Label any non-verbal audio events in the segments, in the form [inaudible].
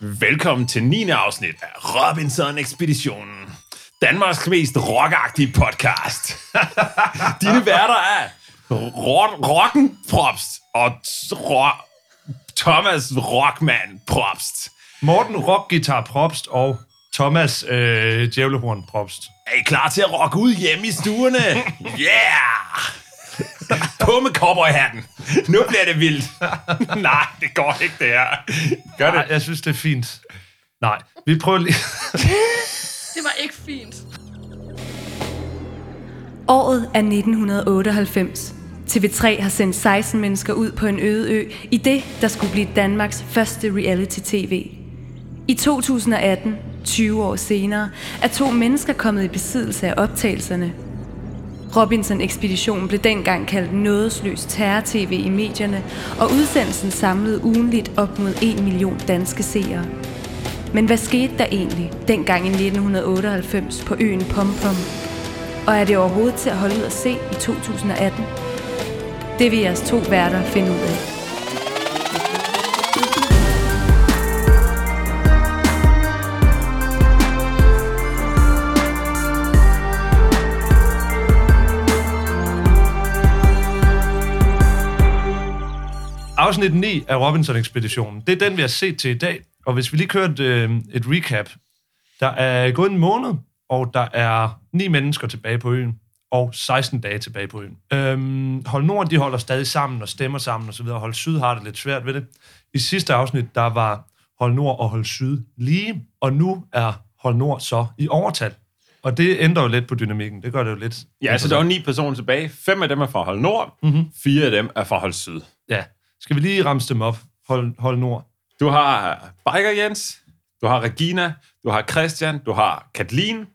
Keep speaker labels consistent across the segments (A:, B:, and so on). A: Velkommen til 9. afsnit af Robinson-ekspeditionen. Danmarks mest rockagtige podcast. [laughs] Dine værter er Ro- Rocken Propst og t- Ro- Thomas Rockman Propst.
B: Morten Rockgitar Propst og Thomas øh, Djævlehorn Propst.
A: Er I klar til at rocke ud hjemme i stuerne? Yeah! På med cowboyhatten. Nu bliver det vildt. [laughs] Nej, det går ikke, det her. Gør
B: Nej,
A: det.
B: jeg synes, det er fint. Nej, vi prøver lige...
C: Det var ikke fint.
D: Året er 1998. TV3 har sendt 16 mennesker ud på en øde ø i det, der skulle blive Danmarks første reality-tv. I 2018, 20 år senere, er to mennesker kommet i besiddelse af optagelserne. Robinson-ekspeditionen blev dengang kaldt nådesløs terror-tv i medierne, og udsendelsen samlede ugenligt op mod 1 million danske seere. Men hvad skete der egentlig dengang i 1998 på øen Pompom? Og er det overhovedet til at holde ud at se i 2018? Det vil jeres to værter finde ud af.
B: Afsnit 9 af Robinson-ekspeditionen. Det er den, vi har set til i dag. Og hvis vi lige kører et, øh, et recap. Der er gået en måned, og der er ni mennesker tilbage på øen. Og 16 dage tilbage på øen. Øhm, hold Nord, de holder stadig sammen og stemmer sammen osv. Hold Syd har det lidt svært ved det. I sidste afsnit, der var Hold Nord og Hold Syd lige. Og nu er Hold Nord så i overtal. Og det ændrer jo lidt på dynamikken. Det gør det jo lidt.
A: Ja, så der er jo ni personer tilbage. Fem af dem er fra hold nord. Mm-hmm. Fire af dem er fra hold syd.
B: Ja. Skal vi lige ramse dem op? Hold, hold Nord.
A: Du har Biker Jens, du har Regina, du har Christian, du har Katlin,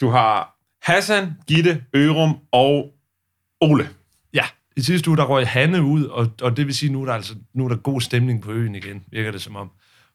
A: du har Hassan, Gitte, Ørum og Ole.
B: Ja, i sidste uge, der røg Hanne ud, og, og det vil sige, nu er der altså nu er der god stemning på øen igen, virker det som om.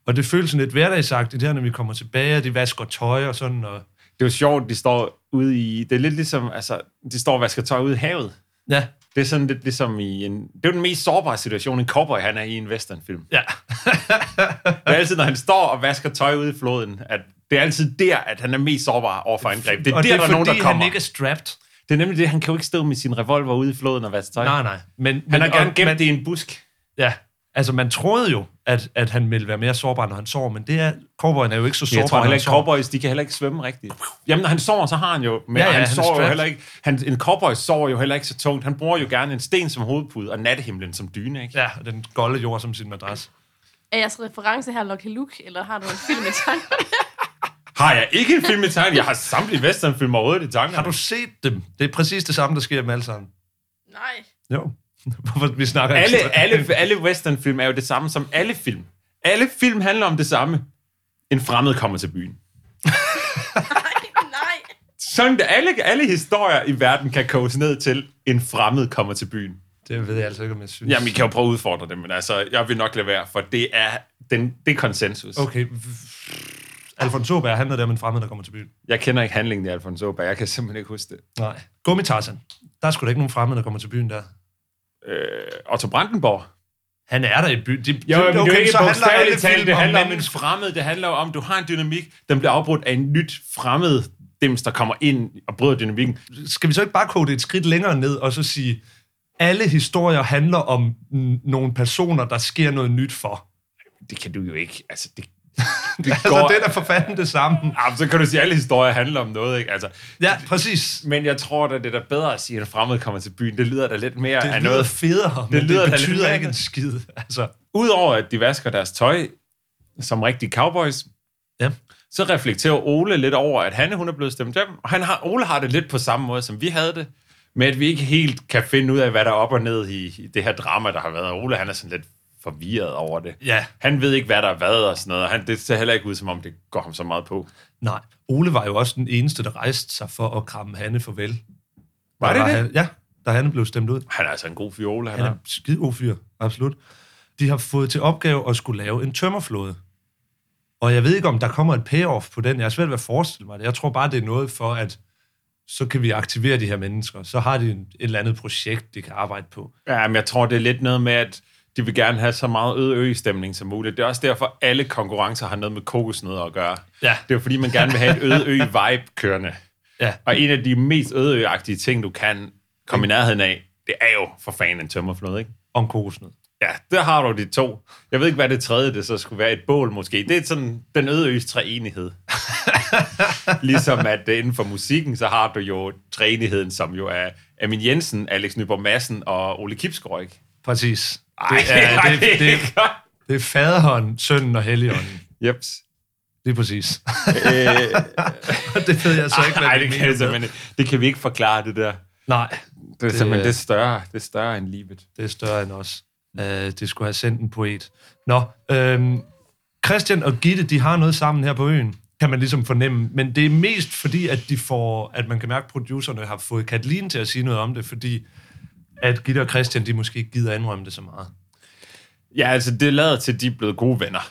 B: Og det føles sådan lidt hverdagsagtigt her, når vi kommer tilbage, og de vasker tøj og sådan, og
A: Det er jo sjovt, de står ude i... Det er lidt ligesom, altså, de står og vasker tøj ude i havet.
B: ja,
A: Det er sådan lidt ligesom i en... Det er jo den mest sårbare situation, en cowboy han er i en westernfilm.
B: ja,
A: Det er altid, når han står og vasker tøj ude i floden, at det er altid der, at han er mest sårbar over for angreb. Det er
B: og
A: der,
B: det er
A: der er
B: fordi,
A: nogen, der kommer.
B: han ikke er strapped.
A: Det er nemlig det, han kan jo ikke stå med sin revolver ude i floden og vaske tøj.
B: Nej, nej. Men,
A: Han
B: men,
A: har gerne
B: og-
A: gemt
B: men-
A: det i en busk.
B: Ja, altså man troede jo, at, at han ville være mere sårbar, når han sover, men det er, cowboyen er jo ikke så sårbar,
A: Jeg tror
B: når
A: heller
B: han
A: ikke,
B: sover.
A: cowboys, de kan heller ikke svømme rigtigt. Jamen, når han sover, så har han jo... Men
B: Ja,
A: ja,
B: ja,
A: ja, han,
B: han er
A: han sover jo
B: strapped.
A: heller ikke... Han, en cowboy sover jo heller ikke så tungt. Han bruger jo gerne en sten som hovedpude og nattehimlen som dyne, ikke?
B: Ja, og den golde jord som sin madras.
C: Er jeres reference her Lucky Luke, eller har du en film i tanken?
A: Har jeg ikke en film i tanken? Jeg har samtlige westernfilm overhovedet i tanken.
B: Har du set dem? Det er præcis det samme, der sker med alle sammen.
C: [laughs] Nej.
B: Jo. [laughs] Hvorfor vi snakker ikke
A: alle,
B: sådan-
A: alle, alle westernfilm er jo det samme som alle film. Alle film handler om det samme. En fremmed kommer til byen.
C: Nej, nej.
A: Sådan, det- alle, alle historier i verden kan koges ned til, en fremmed kommer til byen.
B: [laughs] Det ved jeg altså ikke, om jeg synes.
A: Jamen, I kan jo prøve at udfordre det, men altså, jeg vil nok lade være, for det er, den, det er konsensus.
B: Okay. Alfonso Bær handler der om en fremmed, der kommer til byen.
A: Jeg kender ikke handlingen i Alfonso Bær. Jeg kan simpelthen ikke huske det.
B: Nej. Gummitarsen. Der er sgu da ikke nogen fremmede, der kommer til byen der.
A: Øh, Otto Brandenborg.
B: Han er der i byen. De,
A: Jo, okay, men det er jo ikke
B: så handler alle
A: bogstaveligt talt.
B: film
A: Det handler om en
B: mennesker.
A: fremmed. Det handler jo om, du har en dynamik, den bliver afbrudt af en nyt fremmed dims, der kommer ind og bryder dynamikken.
B: Skal vi så ikke bare kode det et skridt længere ned, og så sige, alle historier handler om n- nogle personer, der sker noget nyt for.
A: Det kan du jo ikke. Altså,
B: [laughs]
A: det, det
B: Altså,
A: går...
B: det er da for fanden det samme.
A: Ah, så kan du sige, at alle historier handler om noget, ikke? Altså,
B: Ja, præcis.
A: men jeg tror da, det er da bedre at sige, at en fremmed kommer til byen. Det lyder da lidt mere
B: Det
A: af
B: lyder
A: noget.
B: federe, men det,
A: lyder da
B: det
A: lidt
B: betyder
A: mere.
B: ikke en skid. Altså,
A: Udover at de vasker deres tøj som rigtige cowboys,
B: ja.
A: så reflekterer Ole lidt over, at Hanne hun er blevet stemt hjem. Og han har, Ole har det lidt på samme måde, som vi havde det, med at vi ikke helt kan finde ud af, hvad der er op og ned i, i det her drama, der har været. Og Ole han er sådan lidt forvirret over det.
B: Ja.
A: Han ved ikke, hvad der er hvad og sådan noget. og Han, det ser heller ikke ud, som om det går ham så meget på.
B: Nej, Ole var jo også den eneste, der rejste sig for at kramme Hanne farvel.
A: Var det
B: Da
A: det?
B: Han, ja, da Hanne blev stemt ud.
A: Han er altså en god fyr, Ole. Han
B: Han er
A: er.
B: en skide god fyr, absolut. De har fået til opgave at skulle lave en tømmerflåde. Og jeg ved ikke, om der kommer et payoff på den. Jeg er svært ved at forestille mig det. Jeg tror bare, det er noget for, at så kan vi aktivere de her mennesker. Så har de en- et eller andet projekt, de kan arbejde på.
A: Ja, men jeg tror, det er lidt noget med, at de vil gerne have så meget øde ø-stemning som muligt. Det er også derfor, alle konkurrencer har noget med kokosnødder at gøre.
B: Ja.
A: Det er jo fordi, man gerne vil have et øde ø-vibe kørende.
B: Ja.
A: Og en af de mest øde ø-agtige ting, du kan komme i nærheden af, det er jo for fanden en tømmerflod, ikke?
B: Om kokosnød.
A: Ja, der har du de to. Jeg ved ikke, hvad det tredje det så skulle være. Et bål måske. Det er sådan den ødeøs treenighed. [laughs] ligesom at øh, inden for musikken, så har du jo treenigheden, som jo er Amin Jensen, Alex Nyborg Madsen og Ole Kipsgaard, ikke?
B: Præcis.
A: Ej,
B: det, er, det, det, det,
A: ikke godt.
B: det er faderhånden, sønnen og helligånden.
A: Jeps.
B: Lige præcis. [laughs]
A: Øh,
B: det ved jeg så ikke, hvad
A: nej,
B: du
A: det kan,
B: mener
A: jeg
B: med.
A: simpelthen ikke. det kan vi ikke forklare, det der.
B: Nej,
A: Det er
B: Det-
A: simpelthen det er større, det er større end livet.
B: det er større end os. Uh, det skulle have sendt en poet. Nå, øhm, Christian og Gitte, de har noget sammen her på øen, kan man ligesom fornemme. Men det er mest fordi, at, de får, at man kan mærke, at producerne har fået Katalin til at sige noget om det, fordi at Gitte og Christian, de måske ikke gider indrømme det så meget.
A: Ja, altså det lader til, at de er blevet gode venner.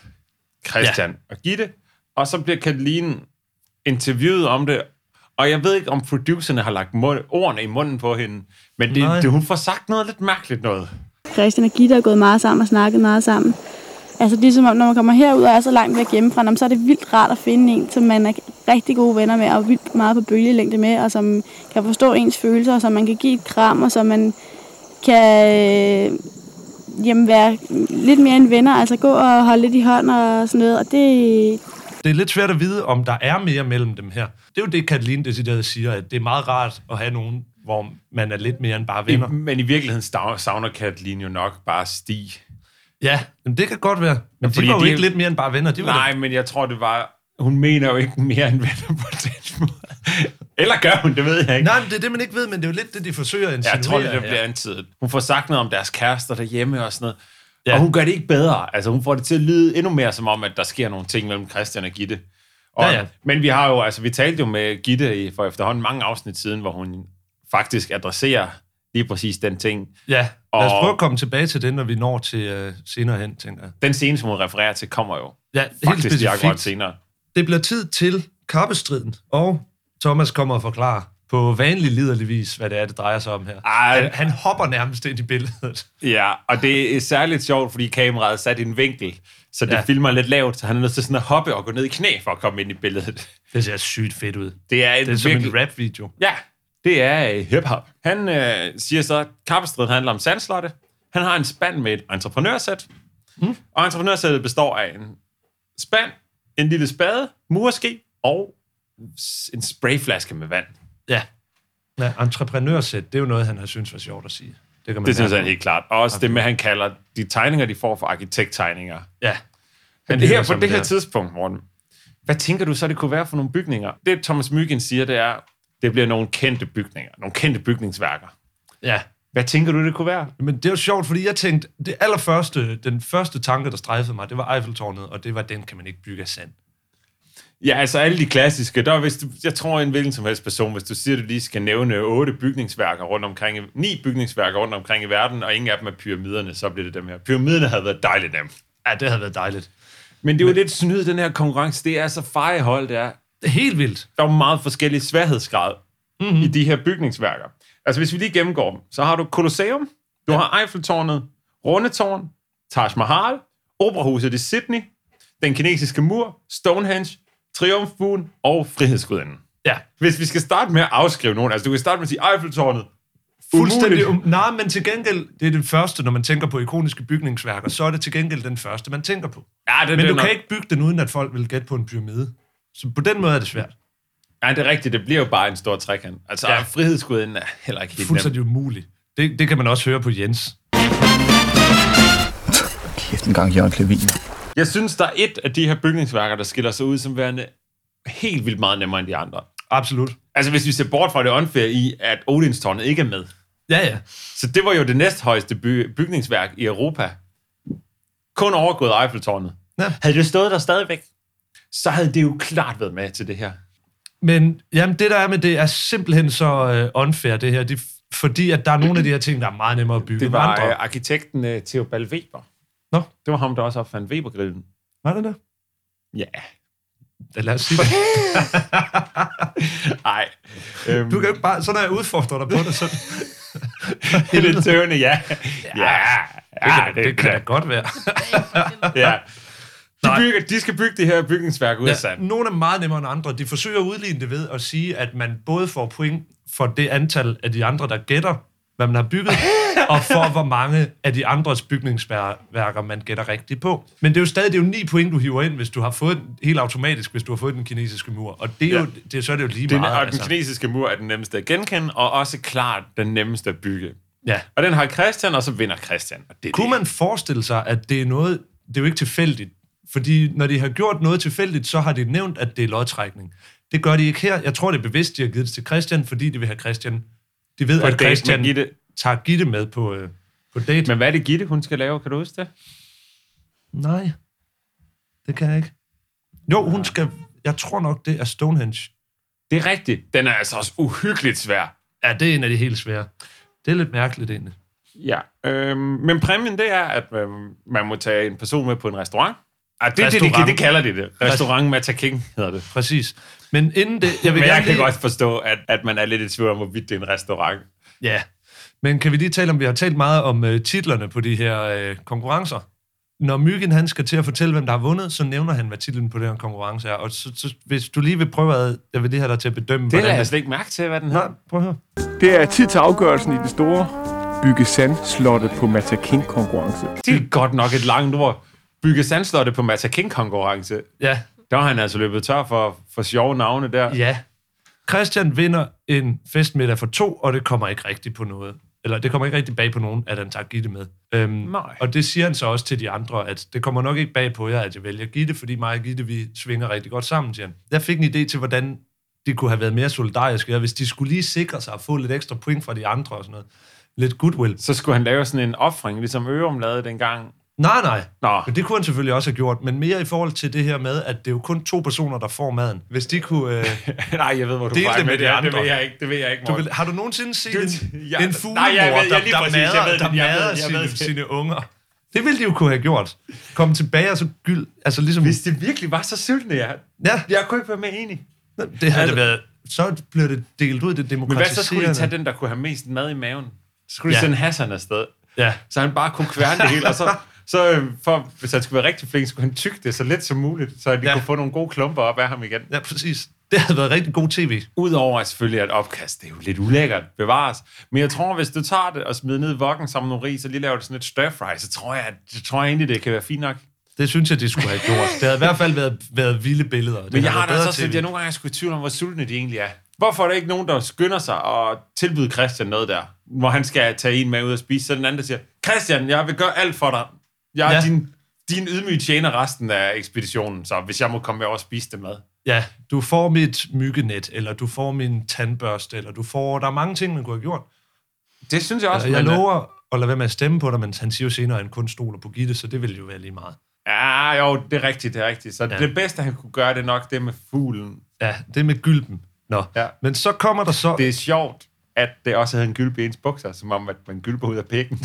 A: Christian ja. og Gitte. Og så bliver Katalin interviewet om det. Og jeg ved ikke, om producerne har lagt mund, ordene i munden på hende. Men
B: Nej.
A: det, det, hun får sagt noget lidt mærkeligt noget.
E: Christian og Gitte er gået meget sammen og snakket meget sammen. Altså det er som om, når man kommer herud og er så langt væk hjemmefra, nå, men så er det vildt rart at finde en, som man er rigtig gode venner med, og vildt meget på bølgelængde med, og som kan forstå ens følelser, og som man kan give et kram, og som man kan øh, jamen, være lidt mere end venner, altså gå og holde lidt i hånd og sådan noget, og det,
B: Det er lidt svært at vide, om der er mere mellem dem her. Det er jo det, Katalin decideret siger, at det er meget rart at have nogen, hvor man er lidt mere end bare venner.
A: I, men i virkeligheden stav- savner Katalin jo nok bare Stig.
B: Ja, jamen det kan godt være. Men de
A: fordi
B: var jo
A: de-
B: ikke lidt mere end bare venner. De var
A: Nej,
B: da-
A: men jeg tror, det var... Hun mener jo ikke mere end venner på den måde. Eller gør hun, det ved jeg ikke.
B: Nej, men det er det, man ikke ved, men det er jo lidt det, de forsøger at
A: Ja,
B: insinuere.
A: jeg tror, det der
B: her.
A: bliver antydet. Hun får sagt noget om deres kærester derhjemme og sådan noget.
B: Ja.
A: Ja. Og hun gør det ikke bedre. Altså, hun får det til at lyde endnu mere som om, at der sker nogle ting mellem Christian og Gitte. Og,
B: Ja, ja.
A: Men vi har jo, altså, vi talte jo med Gitte i- for efterhånden mange afsnit siden, hvor hun faktisk adresserer lige præcis den ting.
B: Ja, lad os
A: Og-
B: prøve at komme tilbage til det, når vi når til uh, senere hen, tænker jeg.
A: Den scene, som hun refererer til, kommer jo
B: Ja,
A: faktisk lige akkurat senere.
B: Det bliver tid til kappestriden, og Thomas kommer og forklarer på vanlig liderlig vis, hvad det er, det drejer sig om her.
A: Ej.
B: Han, han hopper nærmest ind i billedet.
A: Ja, og det er særligt sjovt, fordi kameraet er sat i en vinkel, så det
B: Ja.
A: ja. filmer lidt lavt, så han er nødt til sådan at hoppe og gå ned i knæ for at komme ind i billedet.
B: Det ser sygt fedt ud.
A: Det er, en
B: Det er som
A: virkelig,
B: en rap-video.
A: Ja, det er øh, hip-hop. Han øh, siger så, at kappestriden handler om sandslotte. Han har en spand med et entreprenørsæt. Mm. Og entreprenørsættet består af en spand, en lille spade, murske og s- en sprayflaske med vand.
B: Ja. ja entreprenørsæt, det er jo noget, han har synes var sjovt at sige. Det, kan man
A: Det synes
B: mærke
A: jeg
B: på.
A: helt klart. Og også det med, han kalder de tegninger, de får for arkitekttegninger.
B: Ja.
A: Men
B: lyder
A: her på
B: som
A: det her
B: det.
A: tidspunkt, Morten, hvad tænker du så, det kunne være for nogle bygninger? Det, Thomas Mygind siger, det er, det bliver nogle kendte bygninger, nogle kendte bygningsværker.
B: ja.
A: Hvad tænker du, det kunne være?
B: Men det er jo sjovt, fordi jeg tænkte, det allerførste, den første tanke, der strejfede mig, det var Eiffeltårnet, og det var, den kan man ikke bygge af sand.
A: Ja, altså alle de klassiske. Der, er, hvis du, jeg tror, en hvilken som helst person, hvis du siger, at du lige skal nævne otte bygningsværker rundt omkring, i- ni bygningsværker rundt omkring i verden, og ingen af dem er pyramiderne, så bliver det dem her. Pyramiderne havde været dejligt nemt.
B: Ja, det havde været dejligt.
A: Men det er jo lidt snyd, den her konkurrence. Det er så fejehold, det er.
B: Det er helt vildt.
A: Der er jo meget forskellige sværhedsgrad mm-hmm. i de her bygningsværker. Altså hvis vi lige gennemgår dem, så har du Colosseum, du ja. har Eiffeltårnet, Rundetårn, Taj Mahal, Operahuset i Sydney, den kinesiske mur, Stonehenge, Triumfbuen og Frihedsgudinden.
B: Ja.
A: Hvis vi skal starte med at afskrive nogen, altså du kan starte med at sige Eiffeltårnet.
B: Fuldstændig.
A: Umuligt.
B: Um... Nej, men til gengæld, det er det første, når man tænker på ikoniske bygningsværker, så er det til gengæld den første, man tænker på.
A: Ja, det,
B: Men
A: det er
B: du
A: nok-
B: kan ikke bygge den, uden at folk vil gætte på en pyramide. Så på den måde er det svært.
A: Ja, det er rigtigt, det bliver jo bare en stor trekant. Altså
B: Ja.
A: ja. Frihedsgudinden er heller ikke helt nem.
B: Fuldstændig umuligt. Det, det kan man også høre på Jens.
F: Kæft en gang, Jørgen Klevin.
A: Jeg synes, der er et af de her bygningsværker, der skiller sig ud som værende helt vildt meget nemmere end de andre.
B: Absolut.
A: Altså, hvis vi ser bort fra det åndfærd i, at Odinstårnet ikke er med.
B: Ja, ja.
A: Så det var jo det næsthøjeste by- bygningsværk i Europa. Kun overgået Eiffeltårnet.
B: Ja.
A: Havde det stået der stadigvæk, så havde det jo klart været med til det her.
B: Men jamen, det, der er med det, er simpelthen så øh, unfair, det her. Det, f- fordi at der er nogle af de her ting, der er meget nemmere at bygge
A: Det
B: end
A: var
B: andre.
A: øh, arkitekten øh, Theobald Weber.
B: Nå.
A: Det var ham, der også opfandt [laughs] Webergrillen.
B: Var det der?
A: Ja.
B: Ja, lad os sige det.
A: Ej. Øhm,
B: Du kan
A: [laughs]
B: jo ikke bare, så når jeg udfordrer dig på det, så...
A: det er lidt tøvende, ja. ja.
B: Ja, det, kan, det, det kan da godt [laughs] være.
A: Ja. De, bygger, de skal bygge det her bygningsværk ud af
B: Ja,
A: sand.
B: nogle er meget nemmere end andre. De forsøger at udligne det ved at sige, at man både får point for det antal af de andre, der gætter, hvad man har [laughs] bygget, og for hvor mange af de andres bygningsværker, man gætter rigtigt på. Men det er jo stadig det er jo 9 point, du hiver ind, hvis du har fået den, helt automatisk, hvis du har fået den kinesiske mur. Og det er jo, det, er- så er det jo lige
A: Den,
B: meget. altså.
A: og den kinesiske mur er den nemmeste at genkende, og også klart den nemmeste at bygge.
B: ja.
A: Og den har Christian, og så vinder Christian. Og det er
B: Kunne
A: det.
B: man forestille sig, at det er noget, det er jo ikke tilfældigt, fordi når de har gjort noget tilfældigt, så har de nævnt, at det er lodtrækning. Det gør de ikke her. Jeg tror, det er bevidst, de har givet det til Christian, fordi de vil have Christian. De ved,
A: På
B: at
A: date med
B: Christian
A: Gitte.
B: tager Gitte med på, øh, på date.
A: Men hvad er det, Gitte, hun skal lave? Kan du huske det?
B: Nej, det kan jeg ikke. Jo, hun skal... Jeg tror nok, det er Stonehenge.
A: Det er rigtigt. Den er altså også uhyggeligt svær.
B: Ja, det er en af de helt svære. Det er lidt mærkeligt egentlig.
A: Ja. Øhm, men præmien, det er, at øhm, man må tage en person med på en restaurant. Ah, det, det, det, det,
B: Restaurant.
A: det kalder de det. Restaurant Mata King hedder det.
B: Præcis. Men inden det... Jeg vil
A: Men
B: gerne
A: jeg kan
B: lige-
A: godt forstå, at, at man er lidt i tvivl om, hvorvidt det er en restaurant.
B: Ja, men kan vi lige tale om, vi har talt meget om øh, titlerne på de her øh, konkurrencer. Når Myggen han skal til at fortælle, hvem der har vundet, så nævner han, hvad titlen på den her konkurrence er. Og så, så, hvis du lige vil prøve at, jeg vil lige have dig til at bedømme,
A: Det lader
B: hvordan
A: jeg slet ikke mærke til, hvad den hedder.
B: Nej, prøv at høre.
F: Det er tid til afgørelsen i den store Bygge Sand-slottet på Mata King-konkurrence.
A: Det er godt nok et langt ord. Bygge sandslottet på Mata King-konkurrence.
B: Ja,
A: Der har han altså løbet tør for, for sjove navne der.
B: ja. Christian vinder en festmiddag for to, og det kommer ikke rigtigt på noget. Eller det kommer ikke rigtig bag på nogen, at han tager Gitte med. Øhm,
A: Nej.
B: og det siger han så også til de andre, at det kommer nok ikke bag på jer, at jeg vælger Gitte, fordi mig og Gitte, vi svinger rigtig godt sammen, siger han. Jeg fik en idé til, hvordan de kunne have været mere solidariske, og hvis de skulle lige sikre sig at få lidt ekstra point fra de andre og sådan noget. Lidt goodwill.
A: Så skulle han lave sådan en offring, ligesom Ørum lavede dengang.
B: Nej, nej. [laughs]
A: Nå.
B: Men det kunne han selvfølgelig også have gjort, men mere i forhold til det her med, at det er jo kun to personer, der får maden. Hvis de kunne... Øh,
A: Nej, jeg ved, hvor du
B: Del
A: er på vej
B: det med de
A: her.
B: andre.
A: Det ved jeg ikke, det ved jeg ikke,
B: Du
A: Morten.
B: vil, har du nogensinde set
A: Du-
B: en,
A: jeg-
B: en
A: Nej,
B: fuglemor,
A: jeg ved- jeg
B: der,
A: lige
B: der
A: præcis, jeg
B: mader,
A: ved det,
B: der
A: jeg ved
B: mader
A: det, jeg
B: sine,
A: ved det.
B: sine unger? Det ville de jo kunne have gjort. Kom tilbage og så gyld. Altså ligesom...
A: Hvis det virkelig var så sultne, jeg,
B: ja,
A: jeg kunne ikke være med enig.
B: det havde
A: altså-
B: det været... Så blev det delt ud, det
A: Men hvad
B: demokratiserende.
A: så skulle de tage den, der kunne have mest mad i maven? Så Skulle de
B: Ja.
A: sende Hassan afsted?
B: Ja.
A: Så han bare kunne kværne det hele, og så, så øh, for, hvis han skulle være rigtig flink, skulle han tygge det så lidt som muligt, så de
B: Ja.
A: kunne få nogle gode klumper op af ham igen.
B: Ja, præcis. Det havde været rigtig god tv.
A: Udover at selvfølgelig, at opkast, det er jo lidt ulækkert, bevares. Men jeg tror, hvis du tager det og smider ned i vokken sammen med nogle ris, og lige laver det sådan et stir fry, så tror jeg, at, så tror jeg egentlig, det kan være fint nok.
B: Det synes jeg, de skulle have gjort. Det havde i hvert fald været, været vilde billeder. Det altså
A: Men jeg
B: havde
A: har da
B: været
A: så
B: bedre
A: set, at
B: TV.
A: jeg nogle gange er sgu i tvivl om, hvor sultne de egentlig er. Hvorfor er der ikke nogen, der skynder sig og tilbyder Christian noget der, hvor han skal tage en med ud og spise, så den anden, der siger, Christian, jeg vil gøre alt for dig. Jeg er
B: Ja.
A: ja. din, din ydmyge tjener resten af ekspeditionen, så hvis jeg må komme med over og spise det mad.
B: Ja, du får mit myggenet, eller du får min tandbørste, eller du får... Der er mange ting, man kunne have gjort.
A: Det synes jeg også.
B: Altså, jeg
A: men, øh,
B: lover at lade være med at stemme på dig, men han siger jo senere, at han kun stoler på Gitte, så det ville jo være lige meget.
A: øh, Ja, jo, det er rigtigt, det er rigtigt. Så
B: Ja.
A: ja. det bedste, han kunne gøre, det er nok det med fuglen.
B: Ja, det med gylpen. Nå.
A: Ja.
B: Men så kommer der så...
A: Det er sjovt, at det også havde en gylpe i ens bukser, som om, at man gylper ud af pikken.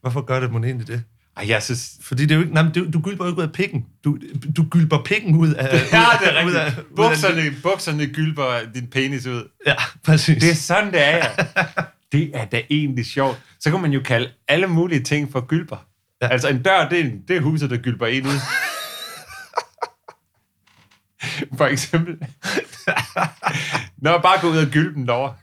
B: Hvorfor gør det man egentlig det?
A: Ej, jeg synes...
B: Fordi det er jo ikke... Nej, men du, du gylper jo ikke ud af pikken. Du, du gylper pikken ud af...
A: [laughs] Ja,
B: ud af-
A: det er
B: ud af- ud
A: rigtigt.
B: af-
A: Bukserne, bukserne gylper din penis ud.
B: Ja, præcis.
A: Det er sådan, det er,
B: [laughs]
A: ja. Det er da egentlig sjovt. Så kan man jo kalde alle mulige ting for gylper.
B: Ja.
A: Ja. Altså en dør, det er, en- det er huset, der gylper en
B: [laughs]
A: ud. For
B: [laughs]
A: eksempel. Nå, bare gå ud og gylpe den derovre.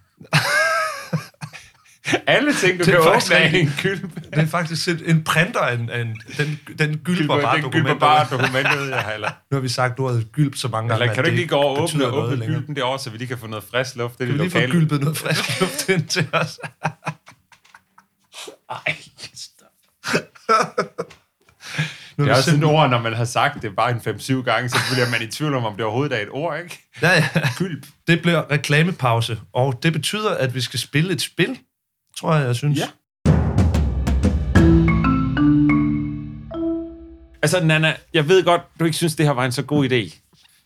A: Alle ting, du
B: Det er
A: kan
B: faktisk
A: åbne af
B: rigtigt.
A: en gylpe.
B: det er faktisk et- en printer, af en, af en, den, den gylper bare
A: Den gylper
B: dokumenter.
A: bare
B: ud.
A: dokumenter ud, ja, eller,
B: Nu har vi sagt ordet gylp så mange gange,
A: eller kan
B: at
A: du
B: det
A: ikke lige gå over og
B: betyder
A: åbne,
B: noget
A: åbne
B: længere.
A: gylpen derovre, så vi lige kan få noget frisk luft i
B: Kan
A: det
B: vi lige få
A: lokale?
B: gylpet noget frisk luft ind til os?
A: [laughs] Ej,
B: Nu
A: Det
B: har
A: er
B: vi
A: også sådan et
B: simpelthen-
A: ord, når man har sagt det bare en 5-7 gange, så bliver man i tvivl om, om det overhovedet er et ord, ikke?
B: Ja, ja.
A: Gylp.
B: Det bliver reklamepause, og det betyder, at vi skal spille et spil, tror jeg, jeg synes.
A: Ja. Altså, Nana, jeg ved godt, du ikke synes, det her var en så god idé.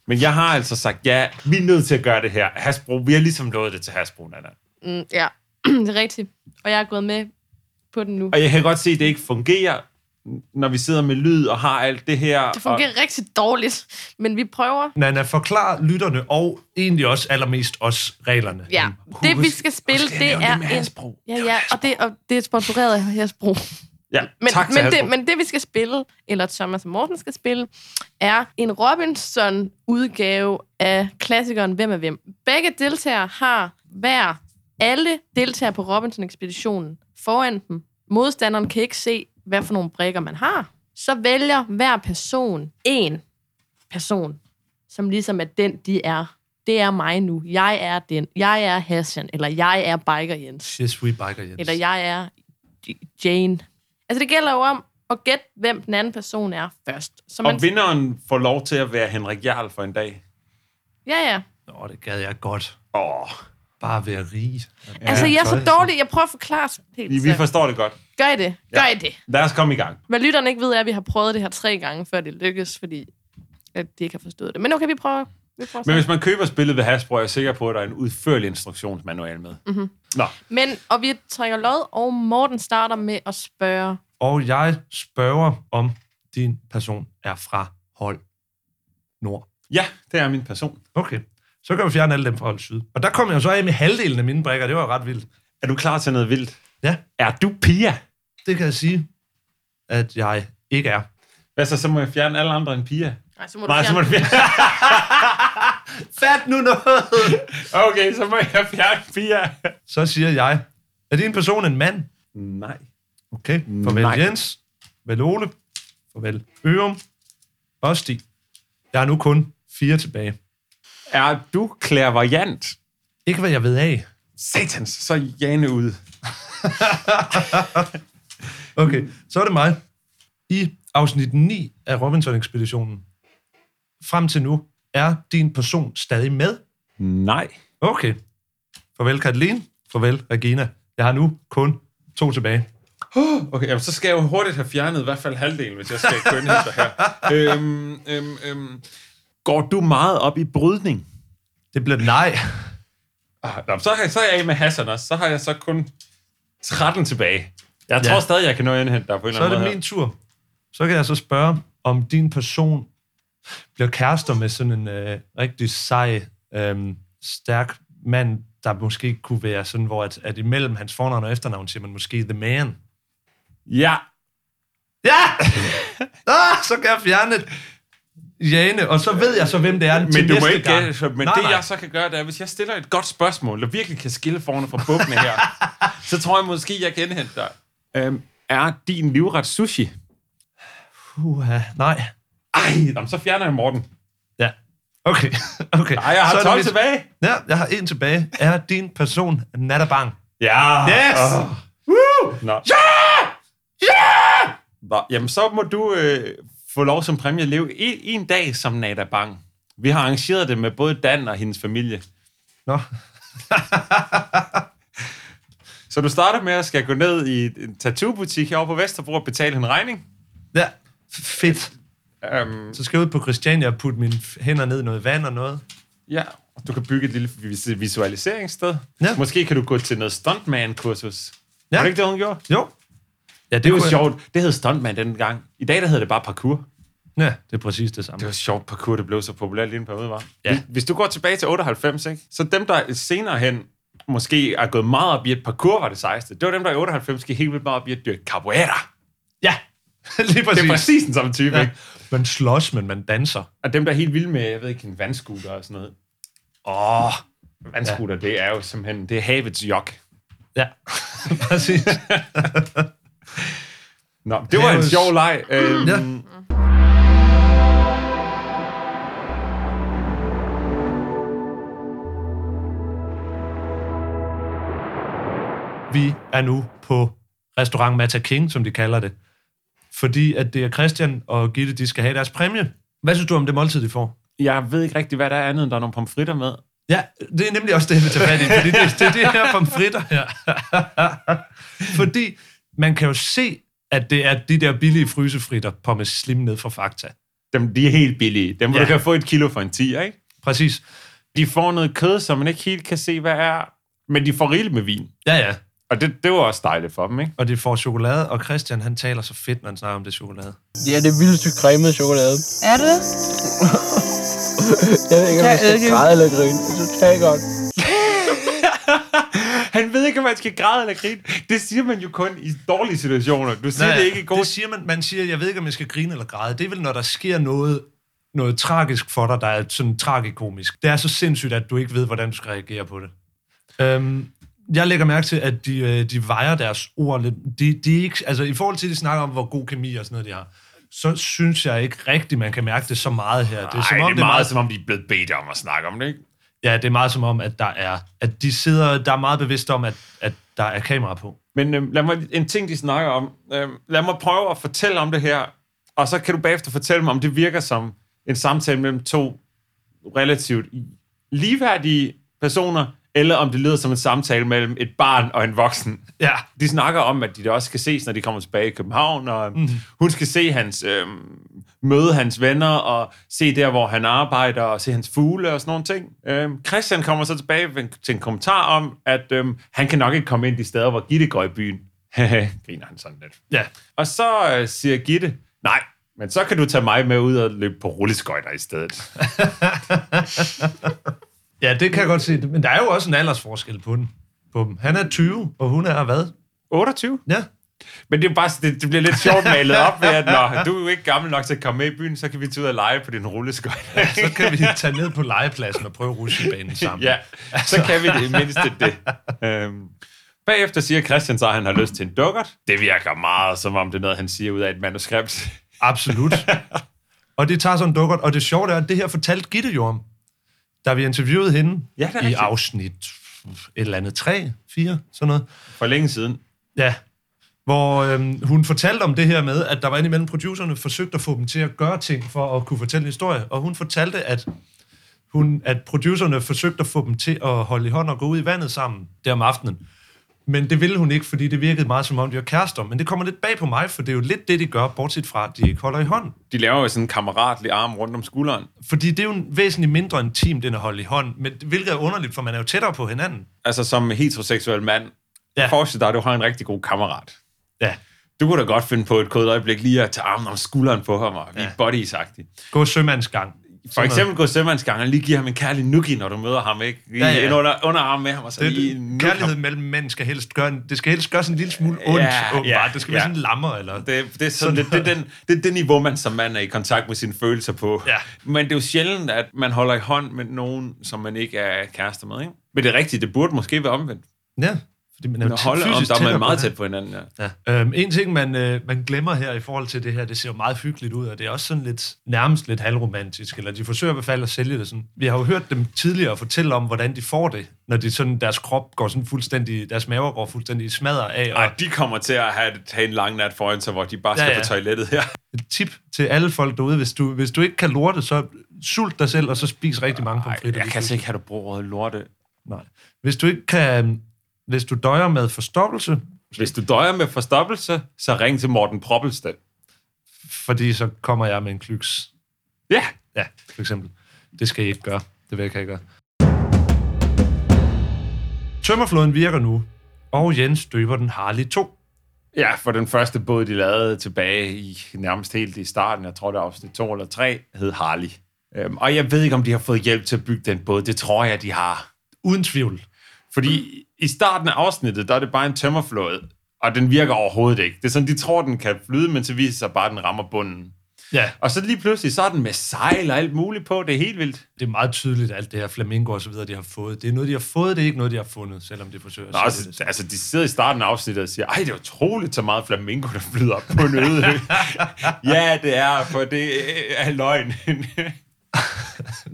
A: Men jeg har altså sagt, ja, vi er nødt til at gøre det her. Hasbro, vi har ligesom lovet det til Hasbro, Nana.
C: Mm, [clears throat] ja, [clears throat] det er rigtigt. Og jeg er gået med på den nu.
A: Og jeg kan godt se, at det ikke fungerer, når vi sidder med lyd og har alt det her.
C: Det fungerer rigtig dårligt, men vi prøver.
B: Nana, forklar lytterne og egentlig også allermest os reglerne.
C: Ja, det vi skal
A: og,
C: spille,
A: Husk, jeg
C: det
A: nævnte
C: er
A: med
C: en...
A: Hasbro.
C: Ja, ja, og det, og det er sponsoreret af Hasbro.
A: Ja,
C: Men,
A: tak til
C: men, det,
A: Hasbro.
C: men det, vi skal spille, eller Thomas og Morten skal spille, er en Robinson-udgave af klassikeren Hvem er Hvem. Begge deltagere har hver alle deltagere på Robinson-ekspeditionen foran dem. Modstanderen kan ikke se, hvad for nogle brækker man har. Så vælger hver person en person, som ligesom er den, de er. Det er mig nu. Jeg er den. Jeg er Hassan. Eller jeg er Biker Jens.
B: Yes, we biker, Jens.
C: Eller jeg er J- Jane. Altså, det gælder jo om at gætte, hvem den anden person er først. Så man,
A: Og vinderen får lov til at være Henrik Jarl for en dag.
C: ja, ja.
B: Nå, det gad jeg godt.
A: Åh,
B: Bare være rig.
C: ja. Altså, jeg er så dårlig. Jeg prøver at forklare det helt.
A: vi, vi
C: selv.
A: forstår det godt.
C: Gør I det? Gør
A: Ja.
C: I det?
A: Lad os komme i gang.
C: Hvad lytterne ikke ved, er, at vi har prøvet det her tre gange, før det lykkes, fordi at de ikke har forstået det. Men okay, vi prøver. Vi prøver
A: Men
C: men,
A: hvis man køber spillet ved Hasbro, er jeg sikker på, at der er en udførlig instruktionsmanual med. Mm-hmm. Nå,
C: men, og vi trækker lod, og Morten starter med at spørge.
B: Og jeg spørger, om din person er fra hold nord.
A: ja, det er min person.
B: Okay, så kan vi fjerne alle dem fra hold syd. Og der kom jeg jo så af med halvdelen af mine brækker. Det var jo ret vildt.
A: Er du klar til noget vildt?
B: Ja,
A: Er du Pia?
B: det kan jeg sige, at jeg ikke er.
A: Hvad så, så må jeg fjerne alle andre end Pia?
C: Nej, så må du
A: Nej, så må
C: fjerne-
A: du fjerne...
B: Fat nu noget!
A: [laughs] Okay, så må jeg fjerne Pia.
B: Så siger jeg, er din person en mand?
A: Nej.
B: Okay, farvel
A: Nej.
B: Nej. Jens, farvel Ole, farvel Ørum og Stig. Der er nu kun fire tilbage.
A: Er du klærvariant?
B: Ikke hvad jeg ved af.
A: Satans, så er Jane ude.
B: Okay, så er det mig. I afsnit 9 af Robinson-ekspeditionen. Frem til nu, er din person stadig med?
A: Nej.
B: Okay. Farvel Katalin, farvel Regina. Jeg har nu kun to tilbage.
A: [gasps] Okay, jamen, så skal jeg jo hurtigt have fjernet i hvert fald halvdelen, hvis jeg skal kønne sig her. [laughs] øhm, øhm, øhm. Går du meget op i brydning?
B: Det bliver et nej.
A: Ah, nå, så, har jeg, så er jeg af med Hassan også. Så har jeg så kun 13 tilbage. Jeg
B: Ja.
A: tror stadig, jeg kan nå at indhente dig på en
B: Så
A: eller
B: er
A: anden
B: det
A: måde.
B: min tur. Så kan jeg så spørge, om din person bliver kærester med sådan en øh, rigtig sej, øh, stærk mand, der måske kunne være sådan, hvor at, at imellem hans fornavn og efternavn siger man måske The Man.
A: her. Ja,
B: [laughs] Ja! ah, så kan jeg fjerne et Jane, og så ved jeg så, hvem det er til
A: men du må
B: næste
A: ikke
B: gang.
A: gætte, men
B: nej,
A: det
B: nej.
A: jeg så kan gøre, det er, hvis jeg stiller et godt spørgsmål, der virkelig kan skille forne fra bukkene [laughs] her, så tror jeg måske, jeg kan indhente dig. Øhm, er din livret sushi?
B: Uha, nej.
A: Ej, jamen, så fjerner jeg Morten.
B: Ja. Okay, [laughs] okay.
A: Ej, jeg har
B: Så er det
A: 12
B: mit-
A: tilbage.
B: Ja, jeg har en tilbage. Er din person Natterbang?
A: Ja.
B: Yes!
A: Åh. Nå. Ja! Ja! Nå, jamen, så må du øh, få lov som præmie at leve en, en dag som Nada Bang. Vi har arrangeret det med både Dan og hendes familie.
B: Nå,
A: Så du starter med at skal gå ned i en tattoo-butik herovre på Vesterbro og betale en regning.
B: ja. Fedt.
A: Um,
B: Så skal jeg ud på Christiania og putte mine f- hænder ned i noget vand og noget.
A: ja, og du kan bygge et lille vis- visualiseringssted.
B: Ja.
A: Måske kan du gå til noget stuntman-kursus. Ja.
B: Ja.
A: Var det ikke det, hun gjorde?
B: Jo. Ja,
A: Det var
B: kunne jeg-
A: sjovt. Det hed stuntman dengang. I dag, der hedder det bare parkour.
B: Ja, det er præcis det samme.
A: Det var sjovt, parkour det blev så populært lige en periode, var.
B: Ja.
A: Ja. Hvis du går tilbage til 98, ikke? så dem, der senere hen måske er gået meget op i, at parkour var det sejeste, det var dem, der i 98 gik helt vildt meget op i at dyrke capoeira. [laughs]
B: Ja, lige
A: Det
B: præcis.
A: er præcis den samme type, ja.
B: Ja.
A: ikke?
B: Man slås, men man danser.
A: Og dem, der er helt vilde med, jeg ved ikke, en vandskuter og sådan noget.
B: Åh, oh,
A: Vandskuter, ja. det er jo simpelthen, det er havets jok.
B: ja. [laughs] præcis.
A: Nå, det var en
B: Havets-
A: sjov leg. Øhm,
B: Ja. Vi er nu på restaurant Mata King, som de kalder det. Fordi at det er Christian og Gitte, de skal have deres præmie. Hvad synes du om det måltid, de får?
A: Jeg ved ikke rigtig, hvad der er andet, end der er nogle pomfritter med.
B: Ja, det er nemlig også det, jeg vil tage fat i, fordi det, det er det her pomfritter [laughs] her. fordi man kan jo se, at det er de der billige frysefritter, pommes slim ned fra Fakta.
A: Dem, de er helt billige. Dem, hvor ja.
B: Ja.
A: du kan få et kilo for en 10, ikke?
B: Præcis.
A: De får noget kød, som man ikke helt kan se, hvad er. Men de får rigeligt med vin.
B: Ja, ja.
A: Og det, det var også dejligt for dem, ikke?
B: Og de får chokolade, og Christian han taler så fedt, når han snakker om det chokolade.
G: Ja, det er vildt sygt cremet chokolade.
H: Er det?
G: Jeg ved ikke, om jeg skal
H: Tag eddike.
G: græde eller grine. Så tag godt.
A: Han ved ikke, om man skal græde eller grine. Det siger man jo kun i dårlige situationer. Du siger Nej, det ikke i gode...
B: det siger man, man siger, jeg ved ikke, om jeg skal grine eller græde. Det er vel, når der sker noget, noget tragisk for dig, der er sådan tragikomisk. Det er så sindssygt, at du ikke ved, hvordan du skal reagere på det. Øhm, jeg lægger mærke til, at de, øh, de vejer deres ord lidt. De, de er ikke, altså, I forhold til, at de snakker om, hvor god kemi og sådan noget, de har, så synes jeg ikke rigtigt, man kan mærke det så meget her.
A: Det er, som om, Ej, det er meget, som om de er blevet bedt om at snakke om det, ikke?
B: Ja, det er meget som om, at der er, at de sidder, der er meget bevidst om, at, at der er kamera på.
A: Men øhm, lad mig, en ting, de snakker om, øhm, lad mig prøve at fortælle om det her, og så kan du bagefter fortælle mig, om det virker som en samtale mellem to relativt ligeværdige personer, eller om det lyder som en samtale mellem et barn og en voksen.
B: Ja.
A: De snakker om, at de da også skal ses, når de kommer tilbage i København, og mm. hun skal se hans, øh, møde hans venner, og se der, hvor han arbejder, og se hans fugle og sådan nogle ting. Øh, Christian kommer så tilbage med- til en kommentar om, at øh, han kan nok ikke komme ind de steder, hvor Gitte går i byen. [laughs] Griner han sådan lidt.
B: Ja.
A: Og så øh, siger Gitte, nej, men så kan du tage mig med ud og løbe på rulleskøjter i stedet. [laughs]
B: ja, det kan jeg godt se. Men der er jo også en aldersforskel på, den, på dem. Han er 20, og hun er hvad?
A: 28?
B: Ja.
A: Men det, er bare, det, det bliver lidt sjovt malet op ved, at når du er jo ikke gammel nok til at komme med i byen, så kan vi tage ud og lege på din rulleskøjter.
B: Så kan
A: [laughs]
B: vi tage ned på legepladsen og prøve rutsjebanen sammen.
A: Ja, så kan vi det i mindste det. Øhm, bagefter siger Christian så, at han har lyst til en dukkert. Det virker meget, som om det er noget, han siger ud af et manuskript. [laughs]
B: Absolut. Og det tager sådan en dukkert. Og det sjove er, at det her fortalte Gitte jo om, da vi interviewede hende
A: Ja, det er
B: i
A: rigtigt.
B: afsnit et eller andet 3, 4, sådan noget.
A: For længe siden.
B: Ja, hvor øhm, hun fortalte om det her med, at der var indimellem producerne forsøgte at få dem til at gøre ting for at kunne fortælle en historie, og hun fortalte, at hun, at producerne forsøgte at få dem til at holde i hånd og gå ud i vandet sammen der om aftenen. Men det ville hun ikke, fordi det virkede meget som om, de var kærester. Men det kommer lidt bag på mig, for det er jo lidt det, de gør, bortset fra, at de ikke holder i hånd.
A: De laver jo sådan en kammeratlig arm rundt om skulderen.
B: Fordi det er jo en væsentligt mindre intimt, end at holde i hånd. Men, hvilket er underligt, for man er jo tættere på hinanden.
A: Altså som heteroseksuel mand.
B: Ja.
A: Ja. Forestil dig, at du har en rigtig god kammerat.
B: Ja.
A: Du kunne da godt finde på et kort øjeblik lige at tage armen om skulderen på ham, og vi
B: Ja.
A: ja. buddies -agtigt.
B: Gå sømandsgang.
A: For
B: Sådan noget.
A: eksempel gå sømandsgangen og lige give ham en kærlig nuki, når du møder ham, ikke? Lige
B: Ja,
A: ja,
B: ja.
A: ja. en under, underarm med ham, og så
B: Det,
A: lige
B: det,
A: nukke ham.
B: kærlighed mellem mænd skal helst gøre, en- det skal helst gøre sådan en lille smule ondt, ja,
A: Ja,
B: åbenbart. Ja,
A: ja,
B: det skal være
A: ja.
B: sådan en lammer, eller... Det,
A: Det, det, er sådan, det, det, er den, det er det niveau, man som mand er i kontakt med sine følelser på.
B: Ja.
A: Men det er jo sjældent, at man holder i hånd med nogen, som man ikke er kærester med. Ikke? Men det er rigtigt, det burde måske være omvendt.
B: ja, fordi man er
A: Men
B: jo
A: at
B: tit
A: holde om,
B: fysisk
A: der er man
B: tættere
A: meget
B: på
A: tæt på hinanden. Ja.
B: hinanden. Ja. Øhm, en ting, man, øh, man glemmer her i forhold til det her, det ser jo meget hyggeligt ud, og det er også sådan lidt, nærmest lidt halvromantisk, eller de forsøger i hvert fald at sælge det sådan. Vi har jo hørt dem tidligere fortælle om, hvordan de får det, når de sådan, deres krop går sådan fuldstændig, deres maver går fuldstændig i smadret af, og
A: Ej, de kommer til at have, have en lang nat foran sig, hvor de bare skal
B: Ja,
A: ja,
B: ja.
A: ja. på toilettet her.
B: et tip til alle folk derude, hvis du, hvis du ikke kan lorte, så sult dig selv, og så spis rigtig mange pomfritter. lige
A: ikke have det brugt lorte.
B: Nej. Hvis du ikke kan... Hvis du døjer med forstoppelse,
A: Hvis du døjer med forstoppelse, så ring til Morten Proppelstedt.
B: fordi så kommer jeg med en klyks.
A: Ja,
B: Ja, for eksempel. Det skal I ikke gøre. Det vil jeg ikke gøre. Tømmerflåden virker nu, og Jens døber den Harley 2.
A: Ja, for den første båd, de lavede tilbage i nærmest helt i starten, jeg tror det er afsnit 2 eller 3, hed Harley. Øhm, og jeg ved ikke, om de har fået hjælp til at bygge den båd. Det tror jeg, de har.
B: Uden tvivl.
A: Fordi i starten af afsnittet, der er det bare en tømmerflåde, og den virker overhovedet ikke. Det er sådan, de tror, den kan flyde, men så viser sig bare, at den rammer bunden.
B: Ja,
A: Og så lige pludselig, så er den med sejl og alt muligt på. Det er helt vildt.
B: det er meget tydeligt, alt det her flamingo og så videre, de har fået. Det er noget, de har fået, det er ikke noget, de har fundet, selvom de forsøger at
A: Nå,
B: sælge
A: altså, altså, de sidder i starten af afsnittet og siger, ej, det er utroligt så meget flamingo, der flyder op på en øde. ø." ja, det er, for det er løgn.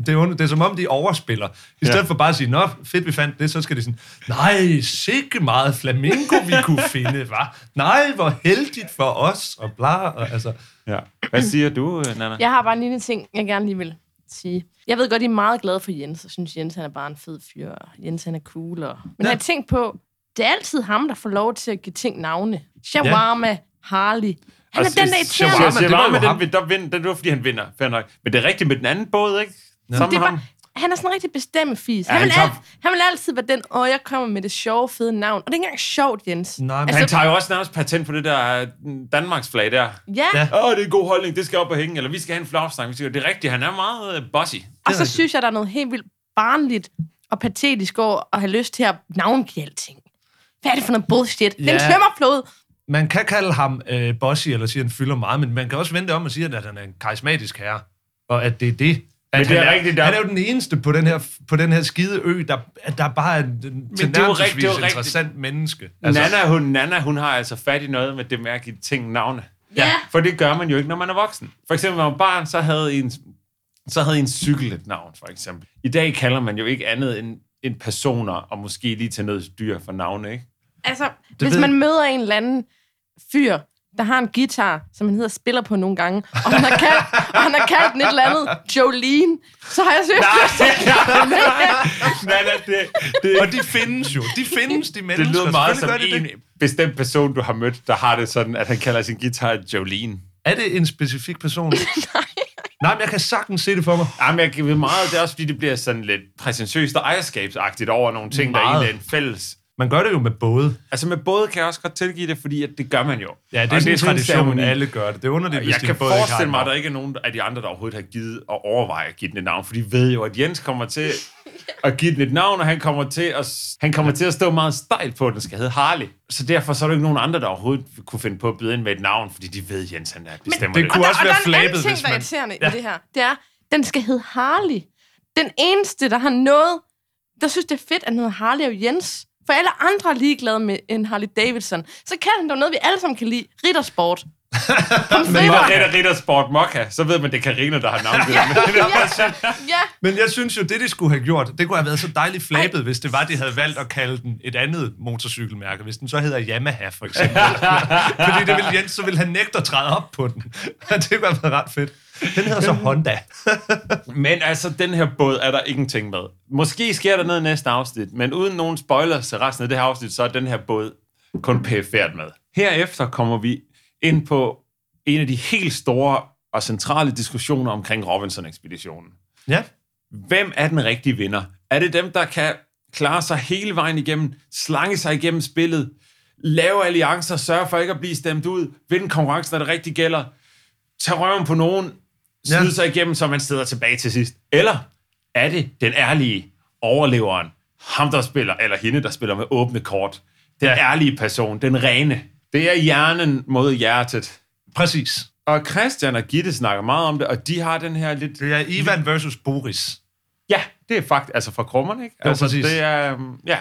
B: Det er, under, det er som om, de overspiller. I stedet ja. for bare at sige, nå, fedt, vi fandt det, så skal de sådan, nej, sikke meget flamingo, vi kunne finde, var. Nej, hvor heldigt for os, og bla, og, altså.
A: Ja. Hvad siger du, øh, Nana?
C: Jeg har bare en lille ting, jeg gerne lige vil sige. Jeg ved godt, I er meget glade for Jens, og synes, Jens han er bare en fed fyr, og Jens han er cool. Og... Men
B: Ja.
C: ja. jeg tænkt på, det er altid ham, der får lov til at give ting navne. Shawarma, ja. Harley. Han er den, der irriterer mig.
B: Shawarma, det var jo
A: Shawarma,
B: ham.
A: den, der vinder, den, det var, fordi han vinder, fair nok. Men det er rigtigt med den anden båd, ikke? Sammen
C: Det
A: med
C: er
A: ham.
C: bare, han er sådan en rigtig bestemmefis.
A: Ja,
C: Ja, han,
A: han
C: vil
A: tager-
C: alt, han vil altid være den, åh, jeg kommer med det sjove, fede navn. Og det er ikke engang sjovt, Jens.
B: Nej, men
A: Altså, han
C: Altså-
A: tager jo også nærmest patent på det der øh, Danmarks flag der.
C: Ja,
B: Ja.
C: ja
A: Åh, oh, det er en god holdning, det skal op og hænge, eller vi skal have en flagstang. Vi siger, det er rigtigt, han er meget øh, bossy.
C: og så
B: rigtigt.
C: synes jeg, der er noget helt vildt barnligt og patetisk over at have lyst til at navngive alting. Hvad er det for noget bullshit? Det er en
B: Ja.
C: tømmerflod.
B: Man kan kalde ham øh, bossy, eller sige, at han fylder meget, men man kan også vente om og sige, at han er en karismatisk herre. Og at det er det. At
A: det er
B: han
A: rigtigt, der-
B: Han er jo den eneste på den her, på den her skide ø, der, at der bare er en en
A: det er jo rigtigt,
B: tilnærmelsesvis
A: det er jo rigtigt.
B: interessant menneske.
A: Altså, Nana, hun, Nana, hun har altså fat i noget med det med at give ting navne.
C: Ja.
A: For det gør man jo ikke, når man er voksen. For eksempel, når man var barn, så havde en, så havde en cykel et navn, for eksempel. I dag kalder man jo ikke andet end, end personer, og måske lige til noget dyr for navne, ikke?
C: Altså, hvis
B: ved-
C: man møder en eller anden fyr, der har en guitar, som han hedder spiller på nogle gange, og han har kaldt, og han har kaldt den et eller andet Jolene, så har jeg seriøst lyst [laughs] til at
A: Nana, det, det,
B: Og de findes jo. De findes, de mennesker.
A: det lyder meget som
B: Selvfølgelig gør
A: en
B: de det.
A: bestemt person, du har mødt, der har det sådan, at han kalder sin guitar Jolene.
B: Er det en specifik person? Nej. Nej, men jeg kan sagtens se det for mig.
A: Jamen, jeg kan ved meget, det er også fordi, det bliver sådan lidt præsentøst og ejerskabsagtigt over nogle ting, meget. der
B: Meget.
A: egentlig er en fælles.
B: Man gør det jo med både.
A: Altså med både kan jeg også godt tilgive det, fordi at det gør man jo.
B: Ja, det er
A: Og
B: sådan en
A: en
B: tradition,
A: ceremoni.
B: alle gør det. Det er underligt, hvis
A: Jeg
B: de
A: kan
B: både ikke har
A: forestille
B: et
A: mig, at
B: navn.
A: der ikke er nogen af de andre, der overhovedet har givet at overveje at give den et navn, for de ved jo, at Jens kommer
B: [laughs]
A: til at give den et navn, og han kommer til at, han kommer til at stå meget stejlt på, at den skal hedde Harley. Så derfor så er der ikke nogen andre, der overhovedet kunne finde på at byde ind med et navn, fordi de ved, at Jens han er bestemmer
B: det
A: det.
B: kunne
C: og
B: også
C: der,
B: være
C: og der er en
B: flabet,
C: anden ting,
B: hvis
C: der er
B: man-
C: irriterende ja.
B: Ja.
C: i det her. Det er, den skal hedde Harley. Den eneste, der har noget, der synes, det er fedt, at noget Harley og Jens. For alle andre er ligeglade med en Harley Davidson. Så kan den dog noget, vi alle sammen kan lide.
B: [laughs]
C: Riddersport.
A: Men
C: Ritter.
A: når Ritter Ritter Sport Mokka, så ved man, det er Carina, der har navnet.
C: Ja, ja.
B: Men jeg synes jo, det de skulle have gjort, det kunne have været så dejligt flabet, hvis det var, de havde valgt at kalde den et andet motorcykelmærke. Hvis den så hedder Yamaha, for eksempel. [laughs] Fordi det ville Jens, så ville han nægte at træde op på den. [laughs] det kunne have været ret fedt. Den hedder så Honda.
A: Men altså, den her båd er der ingenting med. Måske sker der noget i næste afsnit, men uden nogen spoilers til resten af det her afsnit, så er den her båd kun pæfærd med. Herefter kommer vi ind på en af de helt store og centrale diskussioner omkring Robinson-ekspeditionen.
B: Ja.
A: Hvem er den rigtige vinder? Er det dem, der kan klare sig hele vejen igennem, slange sig igennem spillet, lave alliancer, sørge for ikke at blive stemt ud, vinde konkurrencen, når det rigtig gælder, tage røven på nogen, snyde
B: Ja.
A: ja. sig igennem, så man sidder tilbage til sidst? Eller er det den ærlige overleveren, ham der spiller, eller hende der spiller med åbne kort, den ja. ærlige person, den rene? Det er hjernen mod hjertet.
B: Præcis.
A: Og Christian og Gitte snakker meget om det, og de har den her lidt
B: Det er Ivan versus Boris.
A: Ja, det er faktisk, altså fra krummerne, ikke?
B: Jo,
A: altså,
B: præcis.
A: Det er, øhm, ja,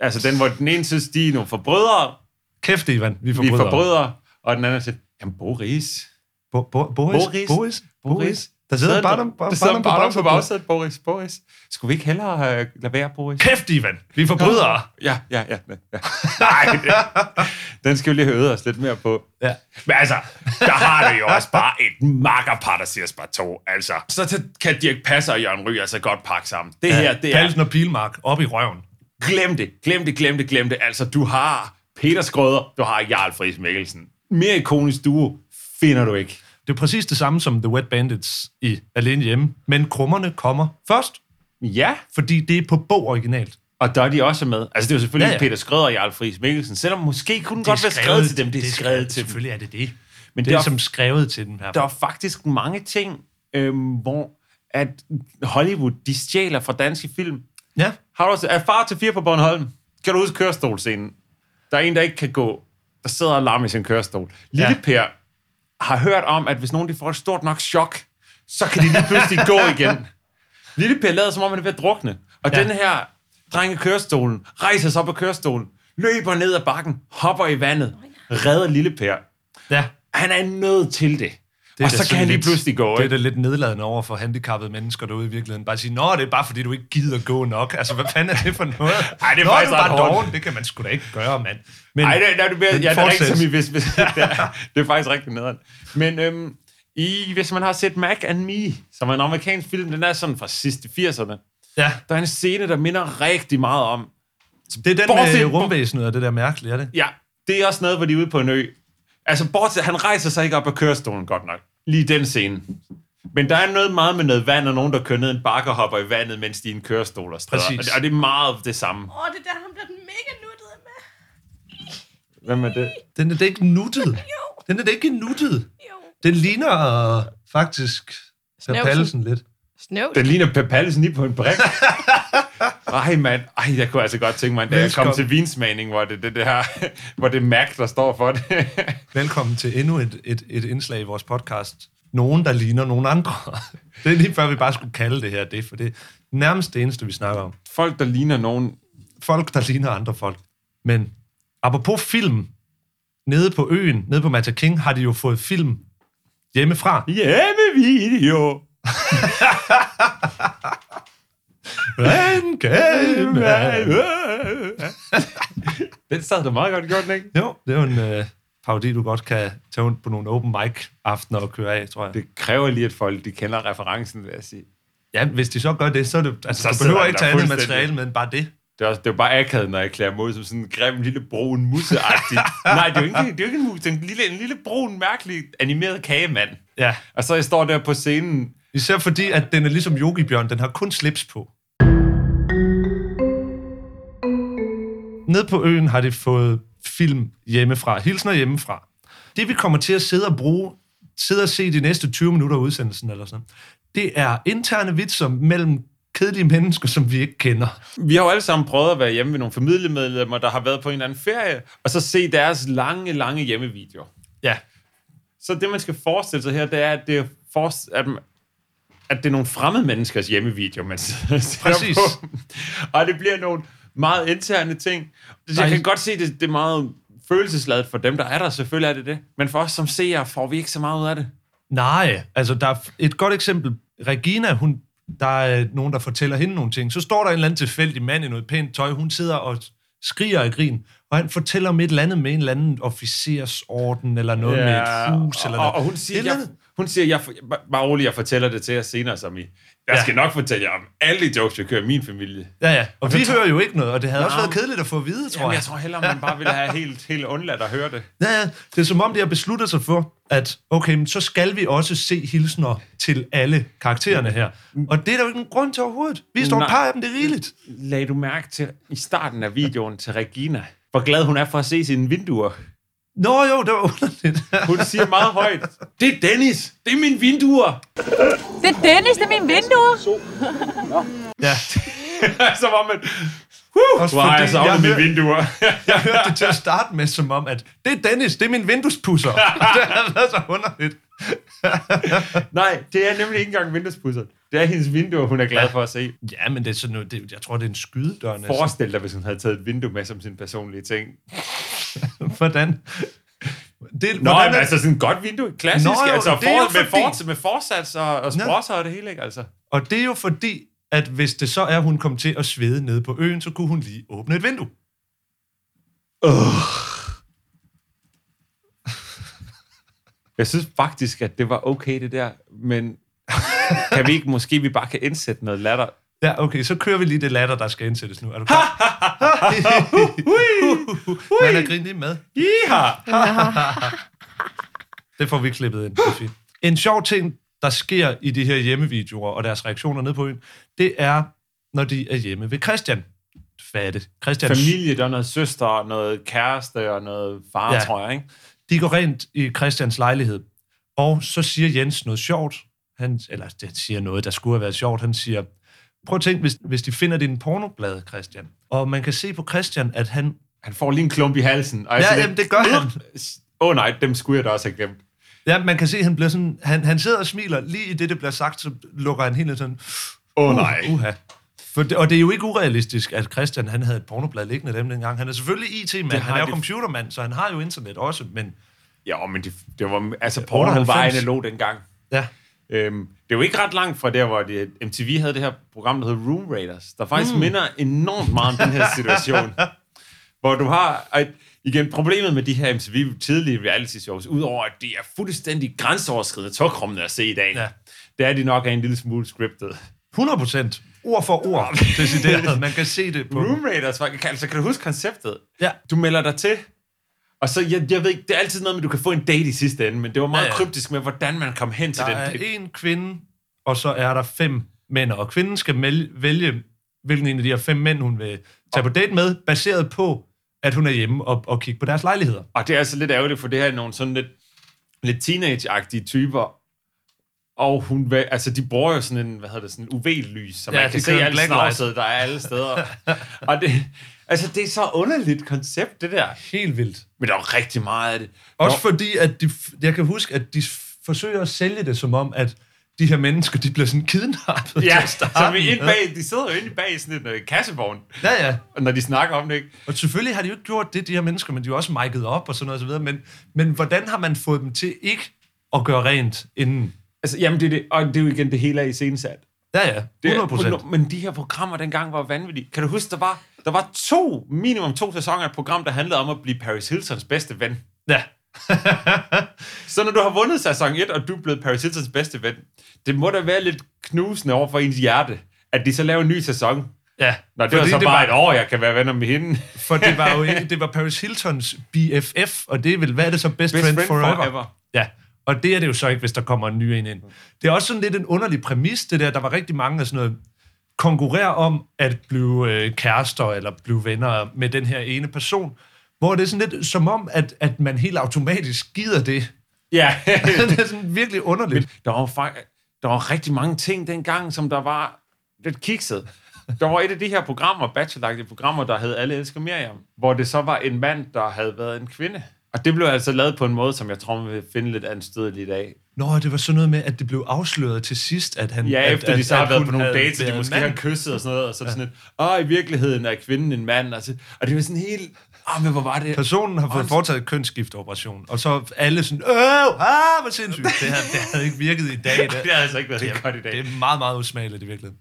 A: altså den, hvor den ene synes, de er nogle forbrydere,
B: Kæft, Ivan. Vi
A: vi
B: forbrødre.
A: er forbrydere, og den anden siger, jamen Boris,
B: Bo, bo, Boris?
A: Boris?
B: Boris? Boris? Der sidder
A: Sidder
B: bare
A: den- der sidder Barnum på bagsædet, Boris, Boris. Skulle vi ikke hellere øh, lade være, Boris?
B: Kæft, Ivan. Vi er forbrydere.
A: Ja, ja, ja. ja,
B: [laughs]
A: ja. Nej, det- den skal vi lige have øvet os lidt mere på.
B: Ja.
A: Men altså, der har det jo også bare et makkerpar, der siger bare to. Altså, så til- kan Dirk Passer og Jørgen Ryg altså godt pakke sammen. Det her, det er
B: Palsen og Pilmark op i røven.
A: Glem det, glem det, glem det, glem det. Altså, du har Peter Skrøder, du har Jarl Friis Mikkelsen. Mere ikonisk duo finder du ikke.
B: Det er præcis det samme som The Wet Bandits i Alene Hjemme, men krummerne kommer først,
A: Ja,
B: fordi det er på bog originalt.
A: og der er de også med. Altså, det er jo selvfølgelig
B: Ja,
A: ja,
B: ja.
A: ja. Peter Skrøder og Jarl Friis Mikkelsen, selvom måske kunne den godt være skrevet til dem. Det er skrevet til dem.
B: Selvfølgelig er det det.
A: Men
B: Det
A: der,
B: er som skrevet til dem her.
A: der er faktisk mange ting, øhm, hvor at Hollywood, de stjæler fra danske film.
B: Ja,
A: Har du også, er far til fire på Bornholm? Kan du huske kørestolscenen? Der er en, der ikke kan gå. Der sidder og larmer i sin kørestol. Lille
B: Ja.
A: ja. Per har hørt om, at hvis nogen de får et stort nok chok, så kan de lige pludselig gå igen.
B: [laughs]
A: Lille Per lader, som om han er ved at drukne. Og
B: Ja.
A: ja. den her dreng i kørestolen rejser sig op af kørestolen, løber ned ad bakken, hopper i vandet, redder Lille Per.
B: ja.
A: Han er nødt til det. det og
B: da
A: så
B: sådan
A: kan han lige
B: lidt-
A: pludselig gå.
B: Det er
A: ikke?
B: da lidt nedladende over for handicappede mennesker derude i virkeligheden. Bare sige, nå, det er bare fordi, du ikke gider gå nok. Altså, hvad fanden er det for noget?
A: [laughs] Ej, det er
B: nå,
A: faktisk
B: du
A: ret
B: bare
A: hårdt.
B: doven. Det kan man sgu da ikke gøre, mand. Men
A: Nej, det, det, det, det,
B: Men
A: ja, det er
B: fortsæt.
A: rigtigt, som I hvis, hvis,
B: [laughs]
A: det, er, det er faktisk rigtig nederen. Men øhm, I, hvis man har set Mac and Me, som er en amerikansk film, den er sådan fra sidste 80'erne,
B: ja,
A: der er en scene, der minder rigtig meget om.
B: det er den
A: Bortset-
B: med rumvæsenet og det der mærkelige, er det?
A: Ja, det er også noget, hvor de er ude på en ø. Altså, bortset, han rejser sig ikke op af kørestolen godt nok. Lige den scene. Men der er noget meget med noget vand, og nogen, der kører ned en bakke og hopper i vandet, mens de er i en kørestol og stræder.
B: Præcis.
A: Og det- Og det er meget det samme.
C: Åh, det der, han bliver mega nuttet med.
A: Hvem er det?
B: Den er da ikke nuttet. Den er da ikke nuttet.
C: Jo.
B: Den ligner øh, faktisk Per
C: Snævsen.
B: Pallesen lidt.
C: Snøvs.
A: Den ligner Per Pallesen lige på en [laughs] brik. Ej, mand. Ej, jeg kunne altså godt tænke mig, da jeg kom
B: Velkommen.
A: til vinsmagning, hvor det, det, det her, [laughs] hvor det er Mac, der står for det. [laughs]
B: Velkommen til endnu et, et, et indslag i vores podcast. Nogen, der ligner nogen andre. [laughs] Det er lige før, vi bare skulle kalde det her det, for det er nærmest det eneste, vi snakker om.
A: Folk, der ligner nogen...
B: Folk, der ligner andre folk. Men apropos film, nede på øen, nede på Mata King, har de jo fået film hjemmefra.
A: Hjemmevideo!
B: Hvordan kan man?
A: [laughs] Den sad da meget godt gjort, den, ikke?
B: Jo, det er jo en øh, parodi, du godt kan tage rundt på nogle open mic-aftener og køre af, tror jeg.
A: Det kræver lige, at folk de kender referencen, vil jeg sige.
B: Ja, hvis de så gør det, så er det... Altså,
A: Så
B: så du
A: sidder
B: behøver
A: han
B: ikke
A: der
B: tage andet
A: fuldstændig.
B: materiale med end bare det.
A: Det er, også, det er jo bare akavet, når jeg klæder mig ud som sådan en grim lille brun musse [laughs] Nej, det er jo ikke, det er jo ikke en mus, det er en lille, en lille brun, mærkelig animeret kagemand.
B: Ja.
A: Og så jeg står der på scenen,
B: Især fordi, at den er ligesom yogibjørn, den har kun slips på. Ned på øen har de fået film hjemmefra, hilsner hjemmefra. Det vi kommer til at sidde og bruge, sidde og se de næste 20 minutter af udsendelsen eller sådan, det er interne vitser mellem kedelige mennesker, som vi ikke kender.
A: Vi har jo alle sammen prøvet at være hjemme ved nogle familiemedlemmer, der har været på en eller anden ferie, og så se deres lange, lange hjemmevideoer.
B: Ja.
A: Så det, man skal forestille sig her, det er, at det er, for, at, at det er nogle fremmede menneskers hjemmevideoer, man [laughs] sidder og ser
B: Præcis.
A: på. Og det bliver nogle meget interne ting. Så jeg
B: Nej.
A: kan godt se, det, det er meget følelsesladet for dem, der er der. Selvfølgelig er det det. Men for os som seere får vi ikke så meget ud af det.
B: Nej, altså der er f- et godt eksempel. Regina, hun, der er nogen, der fortæller hende nogle ting. Så står der en eller anden tilfældig mand i noget pænt tøj. Hun sidder og skriger af grin, og han fortæller om et eller andet med en eller anden officersorden, eller noget ja, med et hus, eller
A: og,
B: noget.
A: og hun siger,
B: Et eller
A: jeg,
B: andet.
A: hun siger jeg, bare- bare rolig, jeg fortæller det til jer senere, som I. Jeg
B: Ja.
A: skal nok fortælle jer om alle de jokes, jeg kører i min familie.
B: Ja, ja. Og vi hører jo ikke noget, og det havde
A: Nå.
B: også været kedeligt at få at vide, tror
A: Jamen,
B: jeg.
A: jeg tror hellere, man bare ville have helt, helt undladt at høre det.
B: Ja, ja. Det er som om, de har besluttet sig for, at okay, men så skal vi også se hilsner til alle karaktererne her. Og det er der jo ikke nogen grund til overhovedet. Vi står
A: Mm.
B: et
A: Nej.
B: par af dem, det er rigeligt.
A: Lagde du mærke til i starten af videoen til Regina, hvor glad hun er for at se sine vinduer?
B: Nå jo, det var underligt.
A: Hun siger meget højt, det er Dennis, det er mine vinduer. [laughs]
H: Det er Dennis, det er mine vinduer.
B: ja.
A: så var man, huh,
B: Også
A: hvor har jeg
B: fordi
A: savnet
B: jeg
A: mine
B: hører-
A: vinduer. [laughs]
B: Jeg hørte det til at starte med, som om, at det er Dennis, det er min
A: [laughs]
B: vinduespusser. det har været så underligt.
A: Nej, det er nemlig ikke engang vinduespudser. Det er hendes vinduer, hun er glad for at se.
B: Ja, men det er sådan noget, det, jeg tror, det er en skydedør næsten.
A: Forestil dig, hvis hun havde taget et vindue med som sin personlige ting.
B: [laughs] Hvordan? Det,
A: Nå,
B: hvordan
A: Hvordan,
B: er,
A: altså sådan et godt vindue, klassisk,
B: Nå, jo,
A: altså
B: det er jo
A: for, med,
B: fordi-
A: for, med forsats og, og
B: Nå.
A: sprosser og det hele, ikke altså?
B: Og det er jo fordi, at hvis det så er, at hun kom til at svede nede på øen, så kunne hun lige åbne et vindue.
A: Jeg synes faktisk, at det var okay det der, men [laughs] kan vi ikke, måske vi bare kan indsætte noget latter?
B: Ja, okay, så kører vi lige det latter, der skal indsættes nu. Er
A: [laughs]
B: du klar? [laughs] Man er grinet med.
A: Iha!
B: Det får vi klippet ind. Det er fint. En sjov ting, der sker i de her hjemmevideoer og deres reaktioner ned på øen, det er, når de er hjemme ved Christian. Hvad er det?
A: [laughs]
B: Christian,
A: Familie, der er noget søster, og noget kæreste og noget far,
B: Ja.
A: ja. tror jeg, ikke?
B: de går rent i Christians lejlighed, og så siger Jens noget sjovt. Han, eller det siger noget, der skulle have været sjovt. Han siger, prøv at tænke, hvis, hvis de finder din pornoblad, Christian. Og man kan se på Christian, at han...
A: Han får lige en klump i halsen. Og jeg er
B: Ja,
A: sådan
B: jamen,
A: lidt,
B: det gør han.
A: Åh oh, nej, dem skulle jeg da også have glemt.
B: Ja, man kan se, at han, bliver sådan, han, han sidder og smiler. Lige i det, det bliver sagt, så lukker han helt ned sådan...
A: Åh oh, nej.
B: Uh, uha. For det, og det er jo ikke urealistisk, at Christian han havde et pornoblad liggende dem dengang. Han er selvfølgelig IT-mand,
A: Det
B: han
A: har
B: er jo
A: de-
B: computermand, så han har jo internet også, men
A: Ja, men det, det var... Altså, porno var
B: 98.
A: analog dengang.
B: ja,
A: Øhm, det er jo ikke ret langt fra der, hvor det, MTV havde det her program, der hed Room Raiders, der faktisk
B: Hmm.
A: mm. minder enormt meget om den her
B: [laughs]
A: situation. hvor du har... Og igen, problemet med de her MTV tidlige reality shows, udover at de er fuldstændig grænseoverskridende togrummende at se i dag,
B: Ja.
A: ja. det er de nok er en lille smule scriptet.
B: 100 procent, ord for ord,
A: [laughs]
B: decideret. Man kan se det på...
A: Room Raiders, var, altså, kan du huske konceptet?
B: Ja.
A: Du melder dig til, Og så, jeg, jeg ved ikke, det er altid noget med, at du kan få en date i sidste ende, men det var meget
B: Ja,
A: ja,
B: ja.
A: ja. kryptisk med, hvordan man kom hen til
B: Der
A: den
B: er
A: date.
B: en kvinde, og så er der fem mænd, og kvinden skal mel- vælge, hvilken en af de her fem mænd, hun vil tage på date med, baseret på, at hun er hjemme og, og kigge på deres lejligheder.
A: Og det er altså lidt ærgerligt, for det her er nogle sådan lidt, lidt teenage-agtige typer. Og hun, væ- altså de bruger jo sådan en, hvad hedder det, sådan en UV-lys, så
B: Ja,
A: ja,
B: de
A: man kan se
B: kører en
A: alle
B: blacklight.
A: snavset, der er alle steder. og det, altså det er så underligt koncept, det der.
B: Helt vildt.
A: Men der er jo rigtig meget af det.
B: Også
A: Nå,
B: fordi, at de, f- jeg kan huske, at de f- forsøger at sælge det som om, at de her mennesker, de bliver sådan kidnappet til
A: Ja,
B: at starte
A: så vi
B: med.
A: ind bag, de sidder jo inde bag sådan en øh, kassevogn,
B: Ja, ja.
A: og når de snakker om det, ikke?
B: Og selvfølgelig har de jo ikke gjort det, de her mennesker, men de er jo også mic'et op og sådan noget og så videre. Men, men hvordan har man fået dem til ikke at gøre rent inden?
A: Altså, jamen, det er det, og det er jo igen det hele er iscenesat.
B: Ja, ja.
A: Det er-
B: 100 procent.
A: Men de her programmer dengang var vanvittige. Kan du huske, der var, der var to, minimum to sæsoner af et program, der handlede om at blive Paris Hiltons bedste ven.
B: Ja.
A: Så når du har vundet sæson 1, og du er blevet Paris Hiltons bedste ven, det må da være lidt knusende over for ens hjerte, at de så laver en ny sæson.
B: ja.
A: Nå, det var så det bare et år, jeg kan være venner med hende.
B: For det var jo ikke, det var Paris Hiltons BFF, og det vil være det så best,
A: Best
B: friend,
A: friend
B: forever.
A: forever.
B: Ja, og det er det jo så ikke, hvis der kommer en ny en ind. Det er også sådan lidt en underlig præmis, det der, der var rigtig mange af sådan noget, konkurrere om at blive øh, kærester eller blive venner med den her ene person, hvor det er sådan lidt som om, at, at man helt automatisk gider det. [laughs]
A: Ja. [laughs]
B: det er sådan virkelig underligt.
A: der var, fak- der var rigtig mange ting dengang, som der var lidt kikset. Der var et af de her programmer, bacheloragtige programmer, der hed Alle elsker Miriam, hvor det så var en mand, der havde været en kvinde. Og det blev altså lavet på en måde, som jeg tror, man vil finde lidt anstødeligt af.
B: Nå, det var sådan noget med, at det blev afsløret til sidst, at han...
A: Ja,
B: at,
A: efter de så
B: at-
A: har
B: at
A: været
B: hun
A: på nogle
B: havde
A: dates, og de
B: været
A: måske
B: mand.
A: har kysset og sådan noget, og så er det sådan lidt, åh, i virkeligheden er kvinden en mand. Og, så, og det var sådan helt, åh, men hvor var det?
B: Personen har fået
A: Ånds-
B: foretaget kønsskifteoperation, og så alle sådan, øh, ah, hvor sindssygt. Det havde, det havde ikke virket i dag. Det,
A: [laughs] Det havde altså ikke været helt godt i dag.
B: det er meget, meget usmageligt i virkeligheden.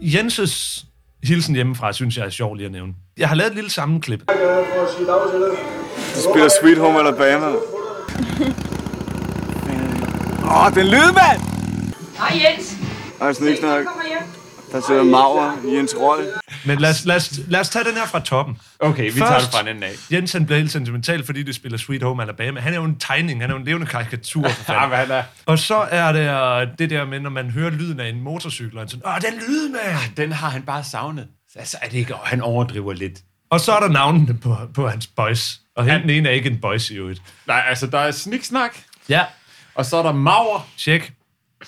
B: Jenses hilsen hjemmefra, synes jeg er sjov lige at nævne. Jeg har lavet et lille sammenklip.
F: De spiller Sweet Home Alabama. Åh, oh, den lyd, mand!
H: Hej Jens.
F: Ej, snik, snak.
H: hjem.
F: Der sidder Mauer, Jens Rold.
B: Men lad os, lad os, lad os tage den her fra toppen.
A: Okay, vi tager
B: Først-
A: det fra en anden af.
B: Jens han bliver helt sentimental, fordi det spiller Sweet Home Alabama. Han er jo en tegning, han er jo en levende karikatur.
A: [laughs]
B: For
A: Ja,
B: fanden.
A: hvad han er.
B: Og så er det øh, det der med, når man hører lyden af en motorcykel, og han sådan, åh, den lyd, mand!
A: Den har han bare savnet. Altså, er det ikke, han overdriver lidt.
B: Og så er der navnene på, på hans boys. Og ja. den ene er ikke en boys i øvrigt.
A: Nej, altså, der er sniksnak,
B: Ja.
A: og så er der Mauer
B: Tjek.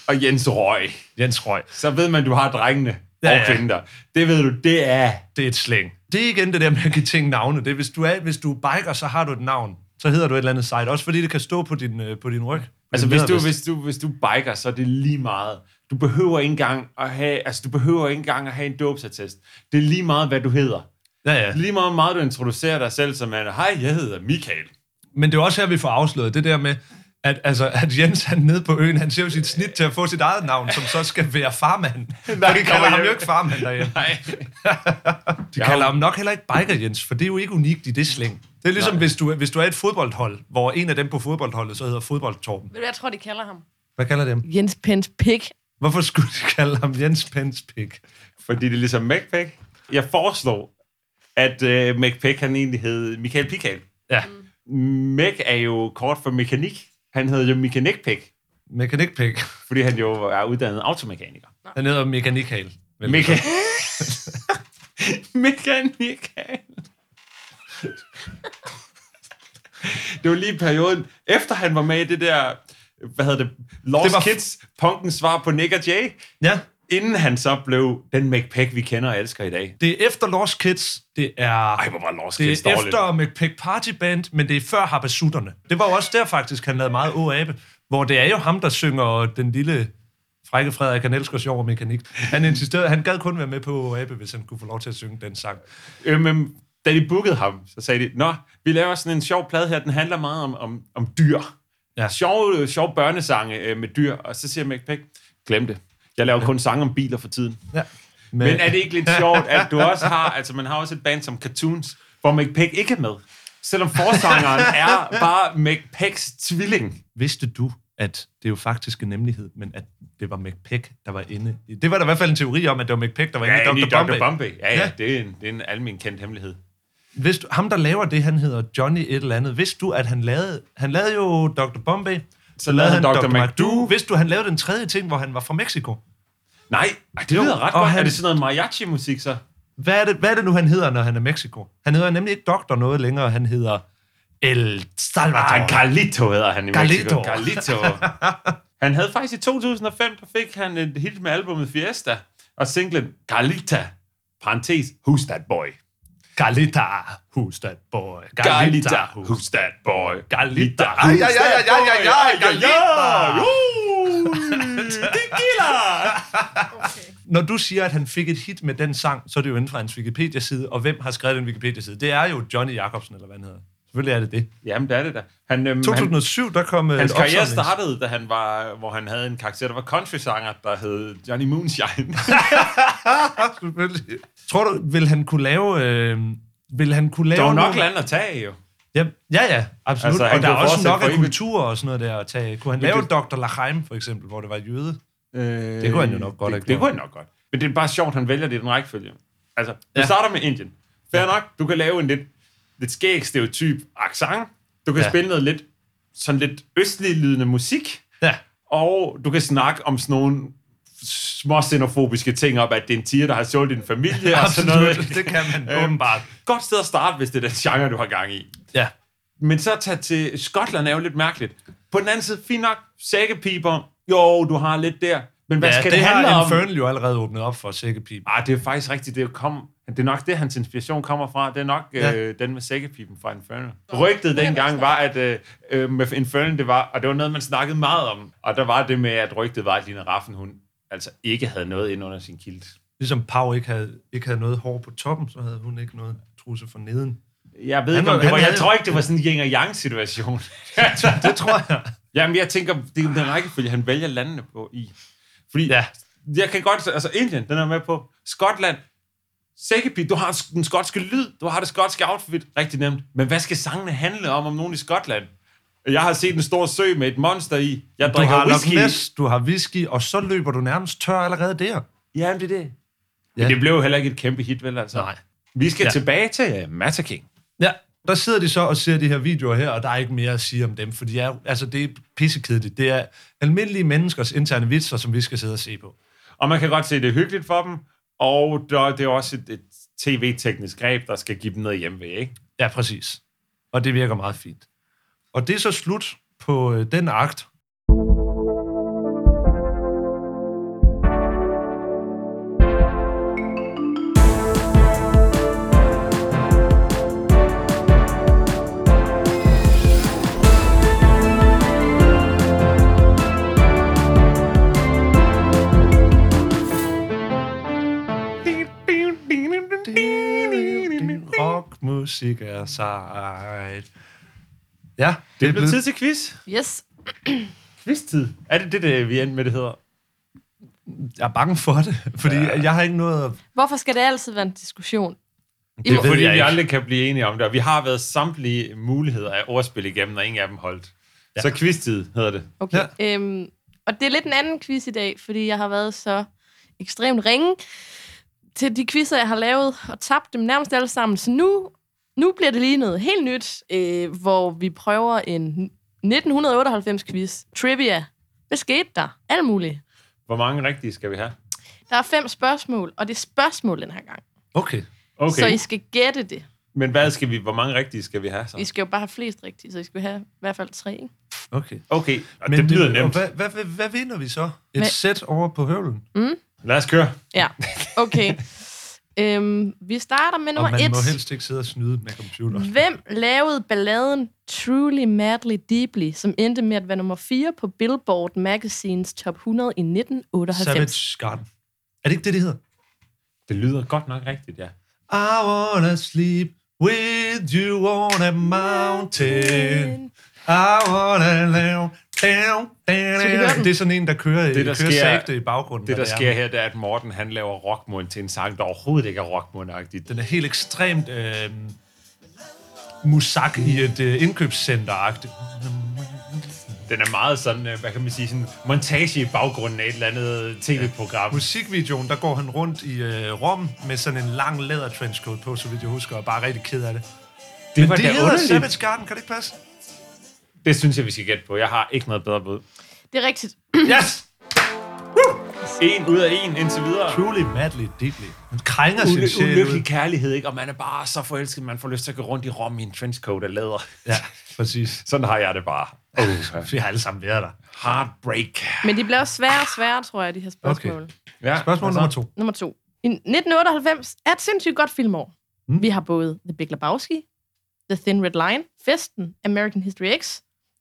A: og Jens Røg.
B: Jens Røg.
A: Så ved man, du har drengene
B: Ja,
A: ja,
B: ja.
A: og kvinder. Det ved du, det er...
B: Det er et slæng. Det er igen det der med at give ting navne. Det er, hvis, du er, hvis du er biker, så har du et navn. Så hedder du et eller andet site. Også fordi det kan stå på din, øh, på din ryg.
A: Altså,
B: Men
A: hvis du,
B: nederst-
A: hvis, du, hvis du biker, så er det lige meget. Du behøver ikke engang at have, altså, du behøver ikke engang at have en dåbsattest. Det er lige meget, hvad du hedder.
B: Ja, ja.
A: Lige meget, hvor meget du introducerer dig selv som, at hej, jeg hedder Michael.
B: Men det er jo også her, vi får afsløret det der med, at, altså, at Jens han nede på øen, han ser jo sit snit til at få sit eget navn, som så skal være farmand. [laughs] Nej, de kalder
A: kommer
B: ham jo
A: hjem.
B: ikke farmand derhjemme.
A: Nej.
B: De kalder ham nok heller ikke biker Jens, for det er jo ikke unikt i det slæng. Det er ligesom, hvis du, er- hvis du er et fodboldhold, hvor en af dem på fodboldholdet så hedder fodboldtorben.
C: Ved du, jeg tror, de kalder ham?
B: Hvad kalder de dem?
C: Jens Pens Pik.
B: Hvorfor skulle de kalde ham Jens Penspik?
A: [laughs] Fordi det er ligesom McPack. Jeg foreslår, at uh, McPack, han egentlig hed Michael Pikal.
B: Ja,
A: Mech er jo kort for mekanik. Han hedder jo Mekanikpæk,
B: mekanikpik.
A: fordi han jo er uddannet automekaniker.
B: Han hedder mekanikal. vel?
A: Meka-
B: [laughs]
A: Mekanikal. Det var lige perioden, efter han var med i det der, hvad hedder det, Lost
B: Det
A: det
B: var-
A: var... Kids, punkens svar på Nick og Jay,
B: Ja,
A: inden han så blev den McPack, vi kender og elsker i dag.
B: det er efter Lost Kids. Det er...
A: Ej, hvor var Lost
B: Det er
A: Kids dårligt.
B: efter McPick Party Band, men det er før Habasutterne. Det var jo også der faktisk, han lavede meget Åabe, hvor det er jo ham, der synger den lille frække Frederik, han elsker sjov og mekanik. Han insisterede, han gad kun være med på Åabe, hvis han kunne få lov til at synge den sang.
A: Øhm, øhm, da de bookede ham, så sagde de, Nå, vi laver sådan en sjov plade her, den handler meget om, om, om dyr.
B: Ja.
A: Ja. Sjove, øh, sjove børnesange øh, med dyr. Og så siger Mac Peck, glem det. Jeg laver kun sange om biler for tiden.
B: Ja.
A: Men er det ikke lidt sjovt, at du også har, altså man har også et band som Cartoons, hvor Mac Peck [laughs] ikke er med. Selvom forsangeren er bare Mac Pecks tvilling.
B: Vidste du, at det jo faktisk er nemlighed, men at det var McPeck, der var inde. i- Det var der i hvert fald en teori om, at det var McPeck, der var
A: Ja,
B: inde
A: inde
B: i
A: i
B: Dr. Bombay.
A: Bombay. Ja,
B: Ja.
A: ja, det er en, det er en almen kendt hemmelighed.
B: Hvis du, ham, der laver det, han hedder Johnny et eller andet. Vidste du, at han lavede... Han lavede jo Dr. Bombay. Så lavede han Dr. McDo. Vidste du, han lavede den tredje ting, hvor han var fra Mexico?
A: Nej, ej, det lyder ret
B: og
A: godt.
B: han-
A: Er det sådan noget mariachi-musik, så?
B: Hvad er, det, hvad er det nu, han hedder, når han er Mexico? Han hedder nemlig ikke Dr. noget længere. Han hedder El Salvador.
A: Ah, Carlito hedder han i
B: Carlito.
A: Mexico. Carlito. [laughs] Han havde faktisk i 2005, der fik han et hit med albumet Fiesta, og singlen Carlita, parentes, Who's That Boy?
B: Galita, who's that boy?
A: Carlita, Who's That Boy? Carlita,
B: Ej, ej, ej, ej, ej, ej, ej, Carlita. Uh.
A: Det gælder!
B: Når du siger, at han fik et hit med den sang, så er det jo inden fra hans Wikipedia-side, og hvem har skrevet den Wikipedia-side? Det er jo Johnny Jacobsen, eller hvad han hedder. Selvfølgelig er det det.
A: Jamen, det er det da. Han, øhm, han,
B: 2007, der kom øh,
A: Hans karriere
B: opsamlings-
A: startede, da han var, hvor han havde en karakter, der var country-sanger, der hed Johnny
B: [laughs]
A: Moonshine.
B: Selvfølgelig. Tror du, vil han kunne lave... Øh, vil han kunne lave...
A: der var nok
B: nogle-
A: land at tage, jo.
B: Ja, ja, ja
A: Altså,
B: absolut. Altså,
A: han
B: og der er
A: kunne
B: også
A: fortsætte
B: nok
A: for
B: af
A: evigt.
B: kultur og sådan noget der at tage. Kunne han lave
A: det-
B: Dr. Lachaim, for eksempel, hvor det var jøde?
A: Øh,
B: Det kunne han jo nok godt have
A: det,
B: gjort.
A: det kunne han nok godt. Men det er bare sjovt, han vælger det i den rækkefølge. Altså, du
B: Ja.
A: ja. starter med Indien. Fair nok, du kan lave en lidt, lidt skæg stereotyp accent. Du kan
B: Ja.
A: ja. spille noget lidt, sådan lidt østlig lydende musik.
B: Ja.
A: Og du kan snakke om sådan nogle små xenofobiske ting op, at det er en tiger, der har stjålet din familie [laughs] og sådan altså noget.
B: Absolut, Altså, det kan
A: [laughs]
B: man
A: Øhm,
B: åbenbart.
A: Godt sted at starte, hvis det er den genre, du har gang i.
B: Ja.
A: Men så at tage til Skotland er jo lidt mærkeligt. På den anden side, fint nok, sækkepiber. Jo, du har lidt der. Men hvad
B: ja
A: ja, skal
B: det,
A: det, handle
B: har
A: om?
B: Infernal jo allerede åbnet op for, sækkepipen.
A: Ah, det er faktisk rigtigt. Det er, jo kom, det er nok det, hans inspiration kommer fra. Det er nok
B: Ja.
A: ja. øh, den med sækkepipen fra Inferno. Rygtet dengang var, at øh, øh, med Inferno, det var, og det var noget, man snakkede meget om. Og der var det med, at rygtet var, at Lina Raffen, hun altså ikke havde noget ind under sin kilt.
B: Ligesom Pau ikke havde, ikke havde noget hår på toppen, så havde hun ikke noget trusse for neden.
A: Jeg ved
B: Han
A: ikke,
B: var-
A: om det
B: han
A: var, jeg
B: havde-
A: tror ikke, det var sådan en yin og yang [laughs] situation.
B: Det tror jeg.
A: Jamen, jeg tænker, det er den rækkefølge, han vælger landene på i. Fordi
B: Ja.
A: ja. jeg kan godt... Altså, Indien, den er med på. Skotland, Sækkeby, du har den skotske lyd, du har det skotske outfit, rigtig nemt. Men hvad skal sangene handle om, om nogen i Skotland? Jeg har set en stor sø med et monster i. Jeg
B: Du
A: drikker
B: har
A: whisky.
B: Loch Ness, du har whisky, og så løber du nærmest tør allerede der.
A: Jamen, det er det. Ja.
B: Ja.
A: Men det blev jo heller ikke et kæmpe hit, vel altså?
B: Nej.
A: Vi skal
B: Ja.
A: ja. tilbage til uh, Matter King.
B: Ja, der sidder de så og ser de her videoer her, og der er ikke mere at sige om dem, for de er, jo- altså, det er pissekedeligt. Det er almindelige menneskers interne vitser, som vi skal sidde og se på.
A: Og man kan godt se, det er hyggeligt for dem, og der, det er også et, et tv-teknisk greb, der skal give dem noget hjemme, ikke?
B: Ja, præcis. Og det virker meget fint. Og det er så slut på øh, den akt. Rockmusik er sejt. Ja, det,
A: Det er blevet tid til quiz.
C: Yes.
A: Quiz-tid. Er det det, det vi endte med, det hedder?
B: Jeg er bange for det, [laughs] fordi ja. jeg har ikke noget at...
C: Hvorfor skal det altid være en diskussion? I
A: Det
C: må-
A: er fordi,
B: jeg
A: vi
B: ikke.
A: aldrig kan blive enige om det. Og vi har været samtlige muligheder af ordspil igennem, og ingen af dem holdt. Ja. Så quiz-tid hedder det.
C: Okay. Ja. Øhm, og det er lidt en anden quiz i dag, fordi jeg har været så ekstremt ringe til de quizzer, jeg har lavet, og tabt dem nærmest alle sammen. Så nu, nu bliver det lige noget helt nyt, øh, hvor vi prøver en 1998-quiz. Trivia. Hvad skete der? Alt muligt.
A: Hvor mange rigtige skal vi have?
C: Der er fem spørgsmål, og det er spørgsmål den her gang.
B: Okay.
A: Okay,
C: Så I
A: I...
C: skal gætte det.
A: men hvad skal vi, hvor mange rigtige skal vi have så?
C: I skal jo bare have flest rigtigt, så I skal have i hvert fald tre. Ikke?
B: Okay.
A: Okay, og det lyder nemt.
B: Hvad, hvad, hvad, hvad vinder vi så? Et
C: Hvad-
B: sæt over på høvlen?
A: Lad os køre.
C: Ja, okay. øhm, vi starter med nummer
B: og man
C: et.
B: må helst ikke sidde og snyde med computeren.
C: Hvem lavede balladen Truly Madly Deeply, som endte med at være nummer 4 på Billboard Magazines Top 100 i 1998?
B: Savage Garden. Er det ikke det, det hedder?
A: Det lyder godt nok rigtigt, ja.
B: I wanna sleep with you on a mountain. I wanna live down, down,
C: Skal vi høre
B: down.
C: den?
B: Det er sådan en, der kører, det,
A: der
B: der kører
A: sker-
B: sagte i baggrunden.
A: Det, der
B: hvad er.
A: sker her, det er, at Morten han laver rockmund til en sang, der overhovedet ikke er rockmund-agtigt.
B: Den er helt ekstremt øh, musak i et øh, indkøbscenter-agtigt.
A: Den er meget sådan, øh, hvad kan man sige, sådan montage i baggrunden af et eller andet tv-program.
B: Musikvideoen, der går han rundt i øh, Rom med sådan en lang læder trenchcoat på, så vidt jeg husker, og bare er rigtig ked af det.
A: Det
B: Men
A: var
B: det
A: da
B: hedder
A: underligt.
B: Savage Garden, kan det ikke passe?
A: Det synes jeg, vi skal gætte på. Jeg har ikke noget bedre bud.
C: Det er rigtigt.
B: Yes!
A: En ud af en indtil videre.
B: Truly, madly, deeply. Han krænger sin
A: Uly-
B: sjæl
A: ulykkelig
B: ud.
A: kærlighed, ikke? Og man er bare så forelsket, man får lyst til at gå rundt i Rom i en trenchcoat af læder.
B: Ja, præcis.
A: [laughs] Sådan har jeg det bare. Oh,
B: Vi har alle sammen været der.
A: heartbreak.
C: Men de bliver også sværere og sværere, tror jeg, de her spørgsmål. Okay.
A: Ja, Altså,
B: Spørgsmål nummer to.
C: Nummer to. I 1998 er et sindssygt godt filmår. Mm. Vi har både The Big Lebowski, The Thin Red Line, Festen, American History X,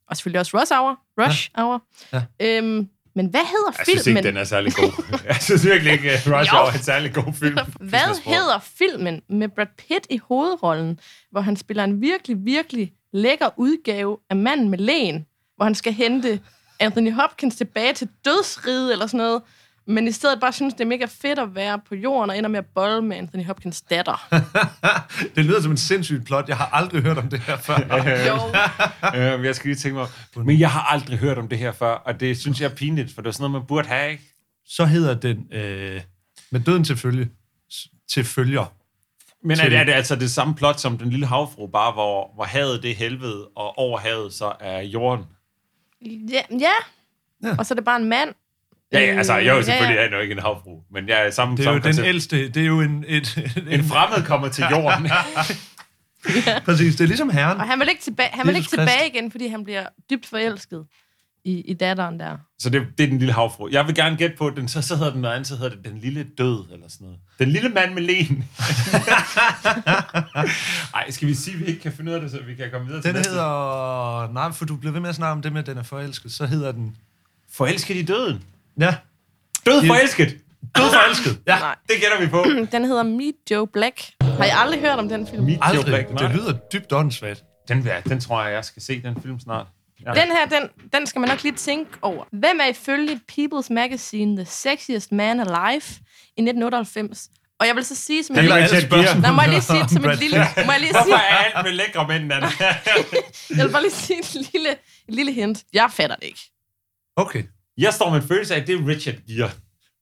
C: og selvfølgelig også Rush Hour. Rush ja. Hour.
B: Ja.
C: Øhm, men hvad hedder
A: Jeg
C: filmen?
A: synes ikke, den er særlig god. [laughs] jeg synes virkelig ikke, at Rush
C: Jo.
A: Hour er en særlig god film.
C: Hvad hedder filmen med Brad Pitt i hovedrollen, hvor han spiller en virkelig, virkelig lækker udgave af manden med lægen, hvor han skal hente Anthony Hopkins tilbage til dødsriget eller sådan noget, men i stedet bare synes, det er mega fedt at være på jorden og ender med at bolle med Anthony Hopkins datter.
B: det lyder som en sindssygt plot. Jeg har aldrig hørt om det her før.
C: Jo,
A: [laughs] Øh, jeg skal lige tænke mig om- Men jeg har aldrig hørt om det her før, og det synes jeg er pinligt, for det er sådan noget, man burde have, ikke?
B: Så hedder den øh, Med døden til følge. S- Til følger.
A: Men er det, er det altså det samme plot som Den Lille Havfru, bare hvor, hvor havet det er helvede, og over havet så er jorden?
C: ja, ja.
B: Ja.
C: Og så er det bare en mand.
A: Ja, ja altså jo,
C: ja.
A: selvfølgelig er jeg nok ikke en havfru, men jeg er samme,
B: Det er
A: samme
B: jo den
A: koncept.
B: ældste. Det er jo en... Et, [laughs]
A: En fremmed kommer til jorden.
B: præcis, det er ligesom herren.
C: Og han vil ikke tilbage, han vil
B: Jesus
C: ikke tilbage igen, fordi han bliver dybt forelsket i, i datteren der.
A: så det, det er den lille havfru. Jeg vil gerne gætte på, at den, så, så hedder den noget andet, så hedder det Den Lille Død, eller sådan noget. Den Lille Mand med
B: [laughs]
A: Len. Ej, skal vi sige, at vi ikke kan finde ud af det, så vi kan komme videre til
B: Den
A: næste?
B: hedder... Nej, for du bliver ved med at snakke om det med, at den er forelsket. Så hedder den...
A: Forelsket i døden.
B: Ja,
A: Død
B: Ja.
A: forelsket. Død forelsket. Ja,
C: Nej.
A: det gætter
B: [clears throat]
A: vi på.
C: Den hedder Meet Joe Black. Har I aldrig hørt om den film?
A: Mit
B: aldrig.
A: Joe Black, nej.
B: Det lyder dybt åndssvagt.
A: Den, vil jeg- den tror jeg, jeg skal se den film snart. Ja.
C: Den her, den, den skal man nok lige tænke over. Hvem er ifølge People's Magazine the sexiest man alive i 1998? Og jeg vil så sige som
A: Den
C: en...
A: er
B: alle
A: Richard Gere.
B: spørgsmål
C: Nej, må jeg lige sige
A: [laughs]
C: det som
B: om
C: et
B: Brad
C: lille... Må jeg lige sige,
A: Hvorfor er alt med lækre mænd,
B: [laughs]
A: Anna?
C: jeg vil bare lige sige et lille, et lille hint. Jeg fatter det ikke.
B: Pitt. Okay.
A: Jeg står med en følelse af, at det er Richard Gere.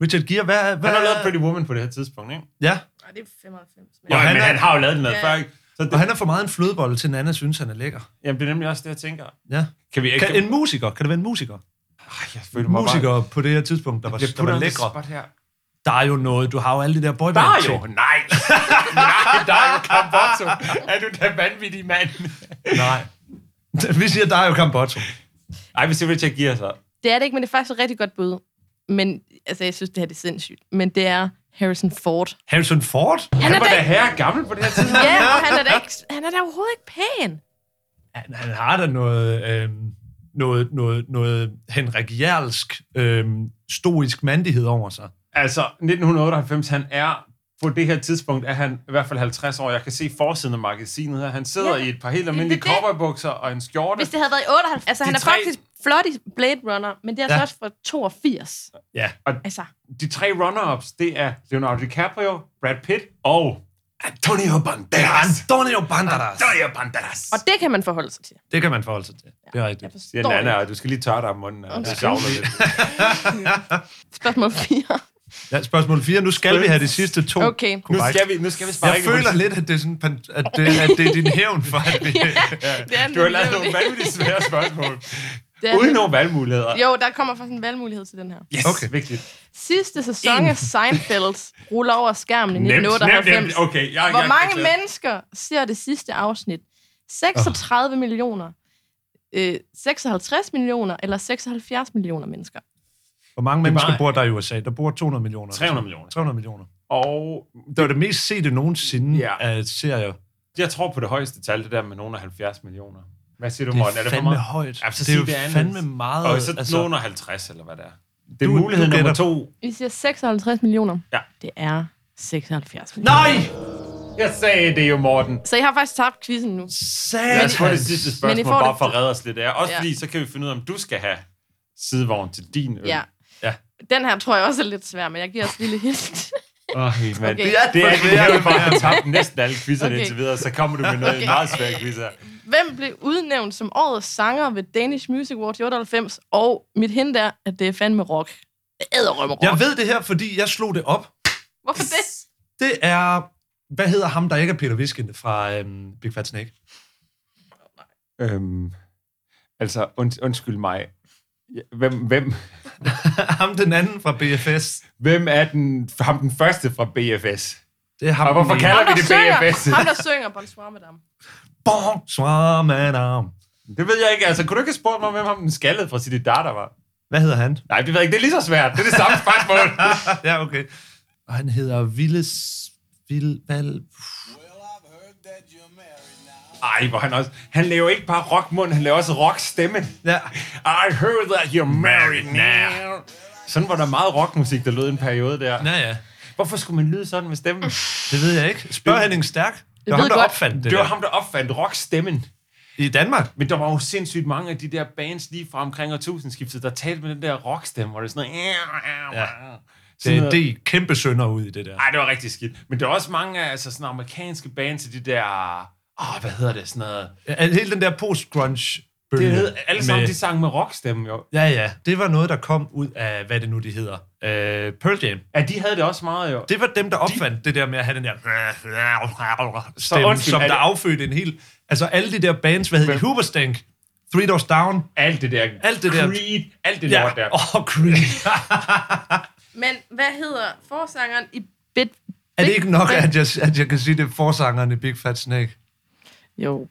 B: Richard Gere, hvad... hvad
A: Han har lavet Pretty Woman på det her tidspunkt, ikke?
B: Ja,
C: Nej, det er 95.
A: Jo,
B: Og
A: han
B: han
A: men
B: er-
A: han har jo lavet den noget
C: Ja.
A: før, ikke? Så
B: og
A: det,
B: han er for meget en flødebolle til en anden, synes han er lækker.
A: jamen, det er nemlig også det, jeg tænker.
B: Ja.
A: Kan vi ikke...
B: Kan, en musiker, kan det være en musiker?
A: Ej, jeg føler mig bare...
B: Musikere på det her tidspunkt, der var,
A: Jeg
B: der
A: putter
B: var
A: en
B: lækre.
A: spot her.
B: Der er jo noget. Du har jo alle de der boyband
A: Der er jo... Nej! [laughs] Nej, der er jo Cambotto. Er du da vanvittig mand?
B: Nej. [laughs] Vi siger, der er jo Cambotto.
A: Ej, vi ser Richard Gere så.
C: Det er det ikke, men det er faktisk et rigtig godt bud. Men, altså, jeg synes, det her det er sindssygt. Men det er Harrison Ford.
B: Harrison Ford?
C: Han er
A: Han var
C: da
A: da
C: ikke...
A: herre gammel på det her tidspunkt.
C: Ja, og han er da, ikke, han er da overhovedet ikke pæn.
B: Han, han har da noget, øh, noget, noget, noget Henrik Jarlsk, øh, stoisk mandighed over sig.
A: [laughs] Altså, 1998, han er på det her tidspunkt er han i hvert fald 50 år. Jeg kan se forsiden af magasinet her. Han sidder
C: Ja.
A: ja. i et par helt
C: er
A: almindelige
C: det.
A: cowboybukser og en skjorte.
C: Hvis det havde været i 98... Altså,
A: De
C: han er
A: tre-
C: faktisk flot i Blade Runner, men det er ja.
B: Ja.
C: så også fra 82.
B: Ja.
C: Altså,
A: De tre runner-ups, det er Leonardo DiCaprio, Brad Pitt og Antonio Banderas.
B: Antonio Banderas.
A: Antonio Banderas.
C: og det kan man forholde sig til.
B: Det kan man forholde sig til. Det er rigtigt.
C: Jeg forstår
A: Ja, den anden
C: ikke.
A: er, du skal lige tørre dig om munden. og Du
C: Undskyld.
A: savner lidt.
C: Spørgsmål 4.
B: Ja, spørgsmål 4. Nu skal vi have de sidste
A: Uh.
B: to.
A: [laughs]
C: Okay.
A: Nu
B: Korrekt.
A: skal vi, nu skal vi spare
B: Jeg føler lidt, at det er, sådan, pan- at det, at det er din hævn for,
A: [laughs]
B: at vi...
C: Det er
A: Du har lavet
C: nemlig-
A: nogle vanvittigt svære spørgsmål.
C: det er-
A: Uden nogen valgmuligheder.
C: Jo, der kommer faktisk en valgmulighed til den her.
A: Yes,
B: Okay.
A: okay. vigtigt.
C: Sidste sæson af Seinfeld ruller over skærmen i
A: Nemt, nemt,
C: 1998.
A: nemt. Okay, jeg,
C: Hvor
A: jeg,
C: mange
A: jeg,
C: mennesker ser det sidste afsnit? 36 millioner, øh, 56 millioner eller 76 millioner mennesker?
B: Hvor mange mennesker
A: bare-
B: bor der i USA? Der bor 200 millioner.
A: 300 millioner.
B: 300 millioner.
A: Og
B: Det var det mest sete nogensinde
A: Ja.
B: af serier.
A: Jeg tror på det højeste tal, det der med nogen af 70 millioner. Hvad siger du,
B: Det
A: Morten?
B: er,
A: Er det for
B: fandme
A: meget?
B: højt.
A: Ja, så
B: det er
A: sig
B: jo
A: det andet.
B: fandme meget.
A: Og så altså, nogen af 50, eller hvad det er. Det er
B: Du-
A: du,
B: du
A: mulighed nummer
B: gætter.
A: to.
C: Vi siger 56 millioner.
A: Ja.
C: Det er 76 millioner.
A: Nej! Jeg sagde det jo, Morten.
C: Så jeg har faktisk tabt quizzen nu.
A: Lad os få det
B: Satans.
A: sidste
C: Men I
A: spørgsmål,
C: får
A: bare
C: det-
A: for at redde os lidt af. Også
C: Ja.
A: ja. fordi, så kan vi finde ud af, om du skal have sidevogn til din øl.
C: Ja.
A: Ja.
C: Den her tror jeg også er lidt svær, men jeg giver os et lille hint.
A: Oh, mand.
C: Okay.
A: Det er, det er, det er,
B: svært.
A: det for, at jeg har tabt næsten alle quizzerne
C: Okay.
A: okay. indtil videre, så kommer du med noget
C: Okay.
A: okay. meget svært quizzer.
C: Hvem blev udnævnt som årets sanger ved Danish Music Awards i 98? Og mit hint er, at det er fandme rock. Æderrømme rock.
B: Jeg ved det her, fordi jeg slog det op.
C: Hvorfor det?
B: Det er... Hvad hedder ham, der ikke er Peter Viskin fra øhm, Big Fat Snake? [laughs]
A: Øhm, altså, und, undskyld mig. Ja, Hvem, hvem,
B: ham den anden fra BFS.
A: hvem er den, ham den første fra BFS?
B: Det er ham,
A: Og hvorfor
B: den
A: kalder
C: Ham,
A: vi
C: der
A: det
C: synger,
A: BFS?
C: ham, der synger Bonsoir, madame.
B: Bon, soir, madame.
A: Det ved jeg ikke. Altså, kunne du ikke have spurgt mig, hvem ham den skaldede fra sit data var?
B: Hvad hedder han?
A: Nej, det ved jeg ikke. Det er lige så svært. Det er det samme
B: [laughs]
A: spørgsmål.
B: Ah, ja, okay. Og han hedder Villes... Vil... Val...
A: Ej, hvor han også... Han laver ikke bare rockmund, han laver også rockstemme.
B: Ja.
A: I heard that you're married now. Sådan var der meget rockmusik, der lød en periode der.
B: Ja, ja.
A: Hvorfor skulle man lyde sådan med stemmen?
B: Det ved jeg ikke. Spørg Henning Stærk. Det var
C: ved
B: ham, der
C: godt.
B: opfandt det,
A: Det var
B: der.
A: ham, der opfandt rockstemmen.
B: I Danmark.
A: Men der var jo sindssygt mange af de der bands lige fra omkring årtusindskiftet, der talte med den der rockstemme, hvor det er sådan noget...
B: Ja.
A: Sådan
B: Det,
A: noget-
B: det er kæmpe sønder ud i det der.
A: Ej, det var rigtig skidt. Men der er også mange af altså, sådan amerikanske bands til de der... Åh, hvad hedder det? Sådan noget...
B: Ja, Hele den der post-grunge
A: Det
B: bølge.
A: hed, alle sammen
B: med-
A: de sang med rockstemme, jo.
B: Ja, ja. Det var noget, der kom ud af, hvad det nu, de hedder. Øh, Pearl Jam.
A: Ja, de havde det også meget, jo.
B: Det var dem, der opfandt de... det der med at have den der
A: Så
B: stemme,
A: undskyld,
B: som
A: er
B: der
A: det-
B: affødte en hel... Altså alle de der bands, hvad hedder de?
A: Hvem?
B: Hoobastank, Three Doors Down.
A: Alt det der.
B: Alt det der.
A: Creed. Alt det lort der.
B: Åh, oh, Creed.
C: Men hvad hedder forsangeren i Bit...
B: er det ikke nok, at jeg, at jeg kan sige, det er forsangeren i Big Fat Snake?
C: Jo,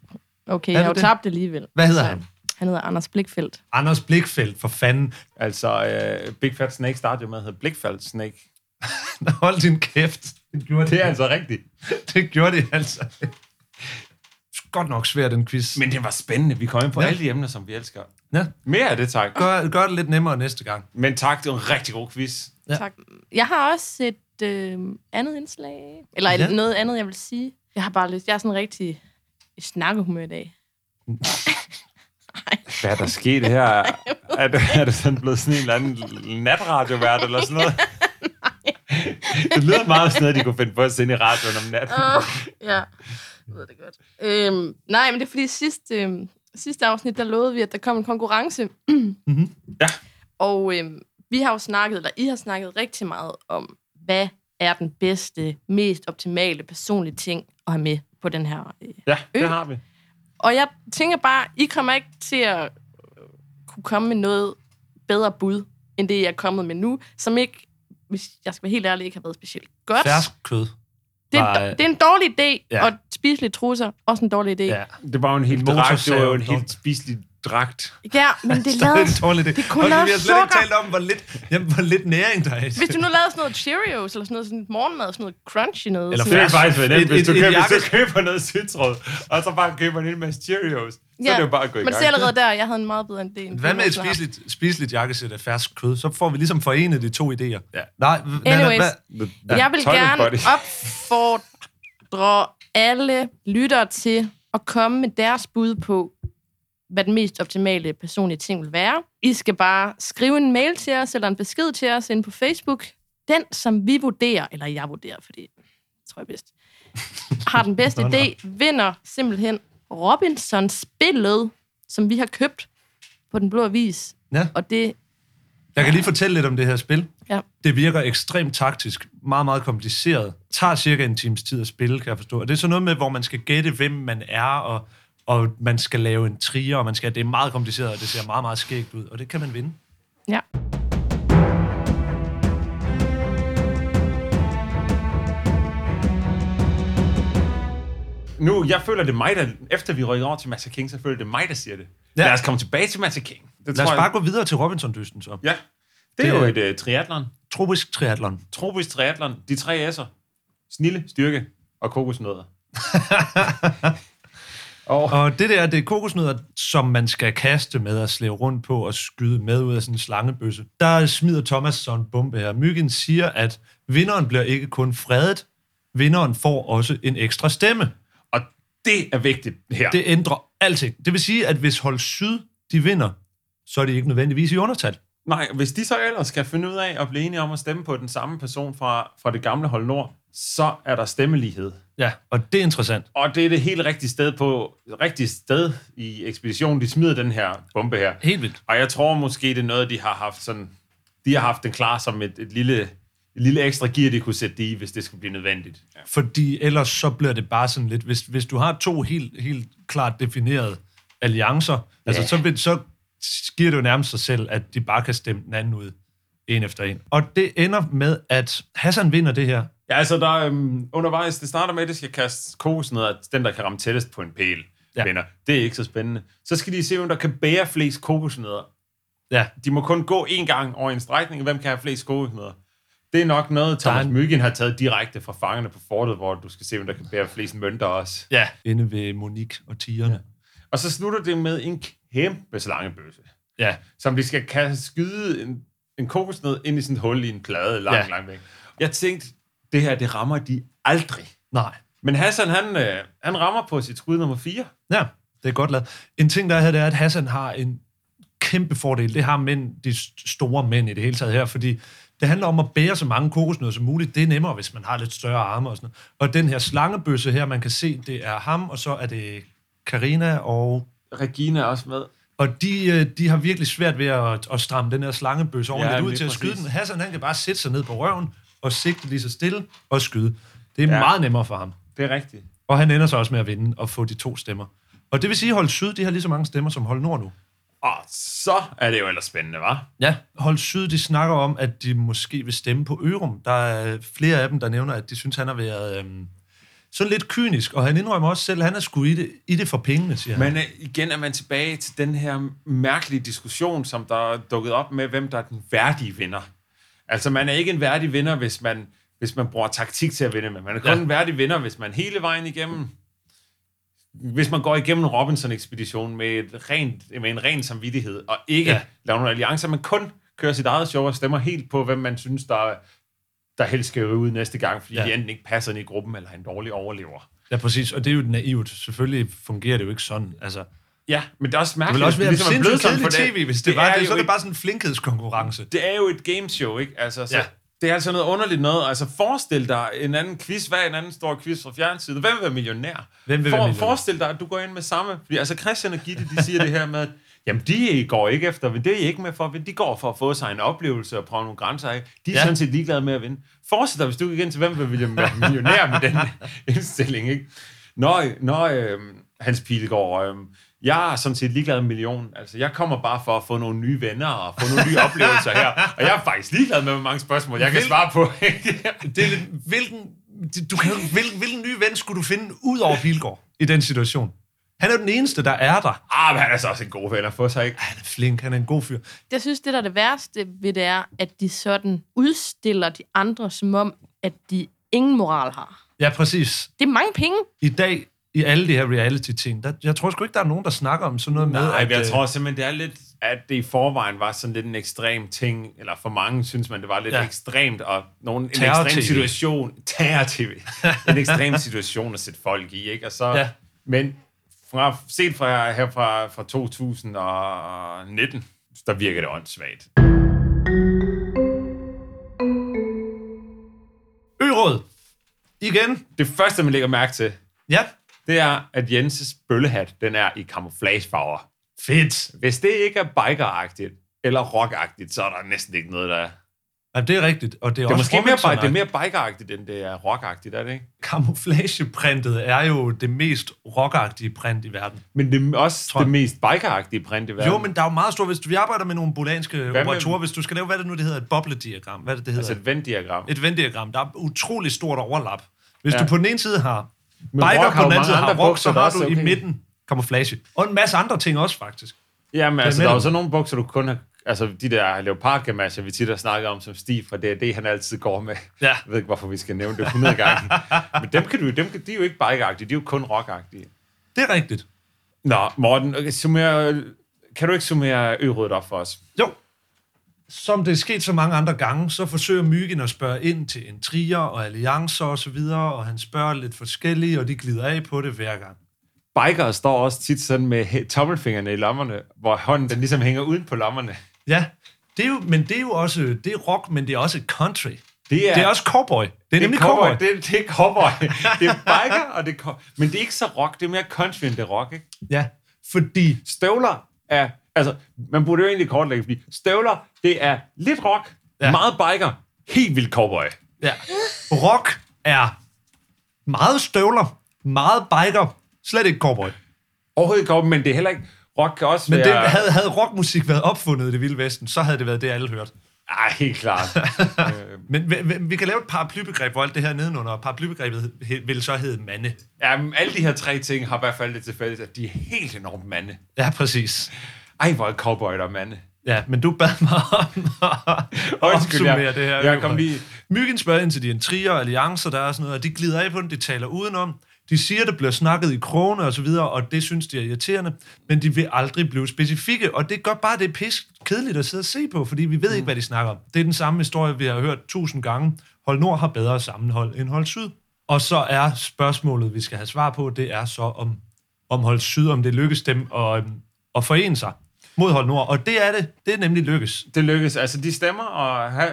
C: okay,
B: Er
C: jeg har jo
B: det det?
C: tabt det alligevel.
B: Hvad hedder
C: Så-
B: han?
C: Han hedder Anders Blikfeldt.
B: Anders Blikfeldt, for fanden. [laughs]
A: Altså, øh, Big Fat Snake startede jo med at hedde Blikfald Snake.
B: Hold din kæft. Det gjorde
A: Det
B: det,
A: er altså rigtigt.
B: [laughs] det, gjorde det altså. Godt nok svært, den quiz.
A: Men det var spændende. Vi kom ind på
B: Ja.
A: alle de emner, som vi elsker.
B: Ja.
A: Mere af det, tak.
B: Gør, gør det lidt nemmere næste gang.
A: Men tak, det var en rigtig god quiz.
B: Ja.
C: Tak. Jeg har også et øh, andet indslag. Eller
B: Ja.
C: ja. noget andet, jeg vil sige. Jeg har bare lyst. Jeg er sådan rigtig i snakkehumør i dag.
A: Hvad er der sket her?
C: [laughs]
A: Er det, er det sådan blevet sådan en eller anden natradiovært eller sådan
C: [laughs]
A: noget? det lyder meget sådan noget, de kunne finde på at sende i radioen om natten.
C: ja, jeg ved det godt. Øhm, nej, men det er fordi sidste, øhm, sidste afsnit, der lovede vi, at der kom en konkurrence.
B: Mhm.
A: Ja.
C: Og øhm, vi har jo snakket, eller I har snakket rigtig meget om, hvad er den bedste, mest optimale personlige ting at have med på den her øh,
A: Ja,
C: Ø.
A: det har vi.
C: Og jeg tænker bare, I kommer ikke til at øh, kunne komme med noget bedre bud, end det, jeg er kommet med nu, som ikke, hvis jeg skal være helt ærlig, ikke har været specielt godt.
B: Færsk kød.
C: Det, er,
B: var-
C: en- det er en dårlig idé,
B: Ja.
C: ja. og spiselige trusser, også en dårlig idé.
B: Ja.
C: Ja,
A: Det var jo en helt
B: En
A: dragt. Det var jo en
B: motorsav.
A: helt spiselig dragt.
C: ja men det
B: Det
C: lavede...
B: er en dårlig idé.
C: Det er kun
B: Hold da, vi har
C: også
B: slet ikke
C: sukker.
B: talt om, hvor lidt, jamen, hvor lidt næring der er. i det.
C: Hvis du nu lavede sådan noget Cheerios, eller sådan noget sådan et morgenmad, sådan noget crunchy noget.
B: Eller
A: Det
C: sådan,
A: er faktisk været nemt,
B: Et-
A: hvis du
B: et- et
A: køber,
B: jakkes-
A: hvis du køber noget sytråd, og så bare køber en hel masse Cheerios. Så er det jo bare at gå i
C: Men
A: gang.
C: se allerede der, jeg havde en meget bedre idé. end
B: Hvad
C: du
B: med et
C: nogensinde har haft.
B: spiseligt, spiseligt jakkesæt af fersk kød? Så får vi ligesom forenet de to idéer.
A: Ja.
B: Nej, h- Nana,
C: Anyways.
B: hvad-
A: The, the
C: Jeg vil
A: toilet
B: [laughs]
C: gerne
A: buddy.
C: opfordre alle lyttere til at komme med deres bud på, hvad den mest optimale personlige ting vil være. I skal bare skrive en mail til os, eller en besked til os inde på Facebook. Den, som vi vurderer, eller jeg vurderer, fordi tror jeg
B: [laughs]
C: bedst, har den bedste
B: Nå, nå.
C: idé, vinder simpelthen Robinsons billede, som vi har købt på Den Blå Avis.
B: Ja.
C: Og det,
B: Jeg kan lige fortælle lidt om det her spil.
C: Ja.
B: Det virker ekstremt taktisk, meget, meget kompliceret. Tager cirka en times tid at spille, kan jeg forstå. Og det er sådan noget med, hvor man skal gætte, hvem man er, og, og man skal lave en trier, og man skal, det er meget kompliceret, og det ser meget, meget skægt ud. Og det kan man vinde.
C: ja.
A: Nu, jeg føler det er mig, der, efter vi rykker over til Master King, så føler det er mig, der siger det.
B: Ja.
A: Ja. Lad os komme tilbage til Master King. Det
B: Lad os
A: tror
B: bare
A: jeg.
B: gå videre til Robinson-dysten så.
A: Ja. Det er
B: Det-
A: jo et uh, triatlon.
B: Tropisk triathlon.
A: Tropisk triatlon. De tre S'er. Snille, styrke og kokosnødder. og
B: Og det der, det er kokosnødder, som man skal kaste med og slæve rundt på og skyde med ud af sådan en slangebøsse. Der smider Thomas så en bombe her. Myggen siger, at vinderen bliver ikke kun fredet, vinderen får også en ekstra stemme.
A: Og det er vigtigt her. Det,
B: Det ændrer alting. Det vil sige, at hvis hold syd, de vinder, så er de ikke nødvendigvis i undertal.
A: Nej, hvis de så ellers skal finde ud af at blive enige om at stemme på den samme person fra, fra det gamle hold Nord, så er der stemmelighed.
B: Ja, og det er interessant.
A: Og det er det helt rigtige sted på, rigtige sted i ekspeditionen, de smider den her bombe her.
B: Helt vildt.
A: Og jeg tror måske, det er noget, de har haft sådan... De har haft den klar som et, et lille, et lille ekstra gear, de kunne sætte det i, hvis det skulle blive nødvendigt. Ja.
B: Fordi ellers så bliver det bare sådan lidt, hvis, hvis du har to helt, helt klart definerede alliancer, ja. altså så, vil- så giver det jo nærmest sig selv, at de bare kan stemme den anden ud, en efter en. Og det ender med, at Hassan vinder det her.
A: Ja, altså der er, øhm, undervejs, det starter med, at det skal kaste kokos ned, at den, der kan ramme tættest på en pæl,
B: Ja.
A: ja. vinder. Det er ikke så spændende. Så skal de se, hvem der kan bære flest kokosnødder.
B: Ja,
A: De må kun gå én gang over en strækning. Hvem kan have flest kokosnødder? Det er nok noget,
B: er
A: Thomas
B: en-
A: Myggen har taget direkte fra fangerne på fortet, hvor du skal se, hvem der kan bære flest mønter også.
B: ja. inde ved Monique og tigerne.
A: Og så slutter det med en kæmpe slangebøsse,
B: Ja. ja.
A: som de skal kan skyde en, en kokosnød ind i sådan et hul i en plade langt,
B: Ja.
A: ja. langt væk. Jeg tænkte, det her, det rammer de aldrig.
B: Nej.
A: Men Hassan, han, øh, han rammer på sit skud nummer 4.
B: Ja, det er godt lavet. En ting, der er her, det er, at Hassan har en kæmpe fordel. Det har mænd, de st- store mænd i det hele taget her, fordi det handler om at bære så mange kokosnødder som muligt. Det er nemmere, hvis man har lidt større arme og sådan noget. Og den her slangebøsse her, man kan se, det er ham, og så er det Karina og...
A: Regina er også med.
B: Og de, øh, de har virkelig svært ved at, at stramme den her slangebøsse ordentligt
A: Ja,
B: ud
A: lige
B: til at skyde
A: præcis.
B: den. Hassan, han kan bare sætte sig ned på røven og sigte lige så stille og skyde. Det er ja.
A: Ja.
B: meget nemmere for ham.
A: Det er rigtigt.
B: Og han ender så også med at vinde og få de to stemmer. Og det vil sige, at Hold Syd de har lige så mange stemmer som Hold Nord nu.
A: Og så er det jo ellers spændende, var?
B: Ja. Hold Syd de snakker om, at de måske vil stemme på Ørum. Der er flere af dem, der nævner, at de synes, han har været øhm, sådan lidt kynisk. Og han indrømmer også selv, at han er sgu i det, i det for pengene, siger han.
A: Men øh, igen er man tilbage til den her mærkelige diskussion, som der er dukket op med, hvem der er den værdige vinder. Altså, man er ikke en værdig vinder, hvis man, hvis man bruger taktik til at vinde, men man er kun
B: Ja.
A: ja. en værdig vinder, hvis man hele vejen igennem... Hvis man går igennem Robinson-ekspeditionen med, et rent, med en ren samvittighed, og ikke
B: Ja.
A: ja. laver nogle alliancer, men kun kører sit eget show og stemmer helt på, hvem man synes, der, der helst skal ud næste gang, fordi
B: Ja.
A: ja. de enten ikke passer ind i gruppen, eller er en dårlig overlever.
B: Ja, præcis. Og det er jo naivt. Selvfølgelig fungerer det jo ikke sådan. Altså, det
A: Ja, men det er også mærkeligt.
B: ville også være
A: hvis man er blevet
B: sindssygt
A: sådan
B: kedeligt
A: for
B: tv, hvis det, det var
A: er
B: det.
A: jo
B: Så er det
A: ikke-
B: bare sådan en flinkhedskonkurrence.
A: det er jo et gameshow, ikke? Altså, så
B: Ja.
A: ja. Det er altså noget underligt noget. Altså, forestil dig en anden quiz, hvad en anden stor quiz fra fjernsiden. Hvem vil være millionær?
B: Hvem vil være millionær?
A: Forestil dig, at du går ind med samme. Fordi, altså, Christian og Gitte, de siger det her med, at jamen, de går ikke efter, men det er I ikke med for at vinde. De går for at få sig en oplevelse og prøve nogle grænser af. De er
B: Ja.
A: ja. sådan set ligeglade med at vinde. Forestil dig, hvis du gik ind til, hvem vil være millionær med den [laughs] indstilling, ikke? Nå, nå øh, Hans Pilegaard, øh, jeg er sådan set ligeglad med millionen. Altså, jeg kommer bare for at få nogle nye venner og få nogle nye oplevelser her. Og jeg er faktisk ligeglad med, hvor mange spørgsmål jeg kan
B: Vil-
A: svare på.
B: Det er lidt, hvilken, du kan, jo ikke- hvilken, hvilken ny ven skulle du finde ud over Pilgaard i den situation? Han er jo den eneste, der er der.
A: [laughs] ah, men han er så også en god ven at få sig, ikke?
B: Han er flink, han er en god fyr.
C: Jeg synes, det der er det værste ved det er, at de sådan udstiller de andre, som om, at de ingen moral har.
B: Ja, præcis.
C: Det er mange penge.
B: I dag, i alle de her reality-ting, der, jeg tror sgu ikke, der er nogen, der snakker om sådan noget med...
A: Nej, men jeg
B: øh,
A: tror simpelthen, det er lidt, at det i forvejen var sådan lidt en ekstrem ting, eller for mange synes man, det var lidt
B: Ja.
A: ja. ekstremt, og nogen, en
B: Terror-TV.
A: ekstrem situation, terror-tv, en ekstrem situation at sætte folk i, ikke? Og så,
B: Ja.
A: ja. men fra, set fra her fra, fra 2019, der virker det åndssvagt.
B: Øråd! Igen!
A: Det første, man lægger mærke til,
B: Ja,
A: det er, at Jenses bøllehat, den er i camouflagefarver.
B: fedt!
A: Hvis det ikke er bikeragtigt eller rockagtigt, så er der næsten ikke noget, der er.
B: Ja, det er rigtigt, og det er,
A: Det er måske
B: også
A: mere, bi- det er
B: Robinson-agtigt.
A: mere bikeragtigt, end det er rockagtigt, er det ikke?
B: Camouflageprintet er jo det mest rockagtige print i verden.
A: Men det er også
B: Tror
A: Tror
B: jeg.
A: det mest bikeragtige print i verden.
B: Jo, men der er jo meget stort, hvis du vi arbejder med nogle bolanske
A: med-
B: operatorer, hvis du skal lave, hvad er det nu, det hedder, et boblediagram. Hvad er det, det hedder?
A: Altså et venddiagram.
B: et venddiagram. Der er utrolig stort overlap. Hvis ja.
A: Ja.
B: du på den ene side har
A: Men
B: biker,
A: rock
B: på
A: har jo
B: den anden
A: mange
B: side har
A: andre
B: rock,
A: bukser,
B: så
A: der
B: har
A: også
B: du
A: er
B: i
A: okay.
B: midten camouflage. Og en masse andre ting også, faktisk.
A: Jamen, altså,
B: med
A: der er
B: dig.
A: jo så nogle bukser, du kun har... Altså, de der leopardgamasher, vi tit har snakket om, som Stig fra D&D, han altid går med.
B: Ja.
A: Jeg ved ikke, hvorfor vi skal nævne det 100 [laughs] gange. men dem kan du, dem, kan- de er jo ikke bikeragtige, de er jo kun rockagtige.
B: Det er rigtigt.
A: Nå, Morten, okay, summer, kan du ikke summere ørådet op for os?
B: Jo. Som det er sket så mange andre gange, så forsøger Myggen at spørge ind til intriger og alliancer og så videre, og han spørger lidt forskellige, og de glider af på det hver gang.
A: Bikere står også tit sådan med he- tommelfingerne i lommerne, hvor hånden den ligesom hænger uden på lommerne.
B: Ja, Det er jo, men det er jo også det er rock, men det er også country. Det
A: Det
B: er,
A: er,
B: det er også cowboy. Det er
A: det er
B: nemlig
A: cowboy.
B: cowboy.
A: Det, er- det er cowboy. det er biker, og det er co- Men det er ikke så rock. Det er mere country, end det er rock, ikke?
B: Ja, fordi...
A: Støvler er... Altså, man burde jo egentlig kortlægge, fordi støvler, det er lidt rock,
B: Ja.
A: ja. meget biker, helt vildt cowboy.
B: Ja. Rock er meget støvler, meget biker, slet ikke cowboy.
A: Overhovedet ikke cowboy, men det er heller ikke... Rock kan også
B: Men
A: være...
B: det, havde, havde rockmusik været opfundet i det vilde vesten, så havde det været det, alle hørte.
A: Ej, helt klart. Øh,
B: Men vi, vi- vi kan lave et paraplybegreb, hvor alt det her er nedenunder, og paraplybegrebet he- vil så hedde mande.
A: [laughs] ja, men alle de her tre ting har i hvert fald det til fælles, at de er helt enormt mande.
B: Ja, præcis.
A: Ej, hvor er cowboy der er mande.
B: Ja, men du bad mig om at
A: Undskyld,
B: opsummere
A: jeg-
B: det her.
A: jeg kom lige-
B: Myggen spørger ind til de intriger og alliancer, der er og sådan noget, og de glider af på den, de taler udenom. De siger, det bliver snakket i krone og så videre, og det synes de er irriterende, men de vil aldrig blive specifikke, og det gør bare det er pis kedeligt at sidde og se på, fordi vi ved ikke, hvad de snakker om. Det er den samme historie, vi har hørt tusind gange. Hold Nord har bedre sammenhold end Hold Syd. Og så er spørgsmålet, vi skal have svar på, det er så om, om Hold Syd, om det lykkes dem at, øhm, at forene sig mod Hold Nord, og det er det. Det er nemlig lykkes.
A: Det lykkedes. Altså, de stemmer, og ha-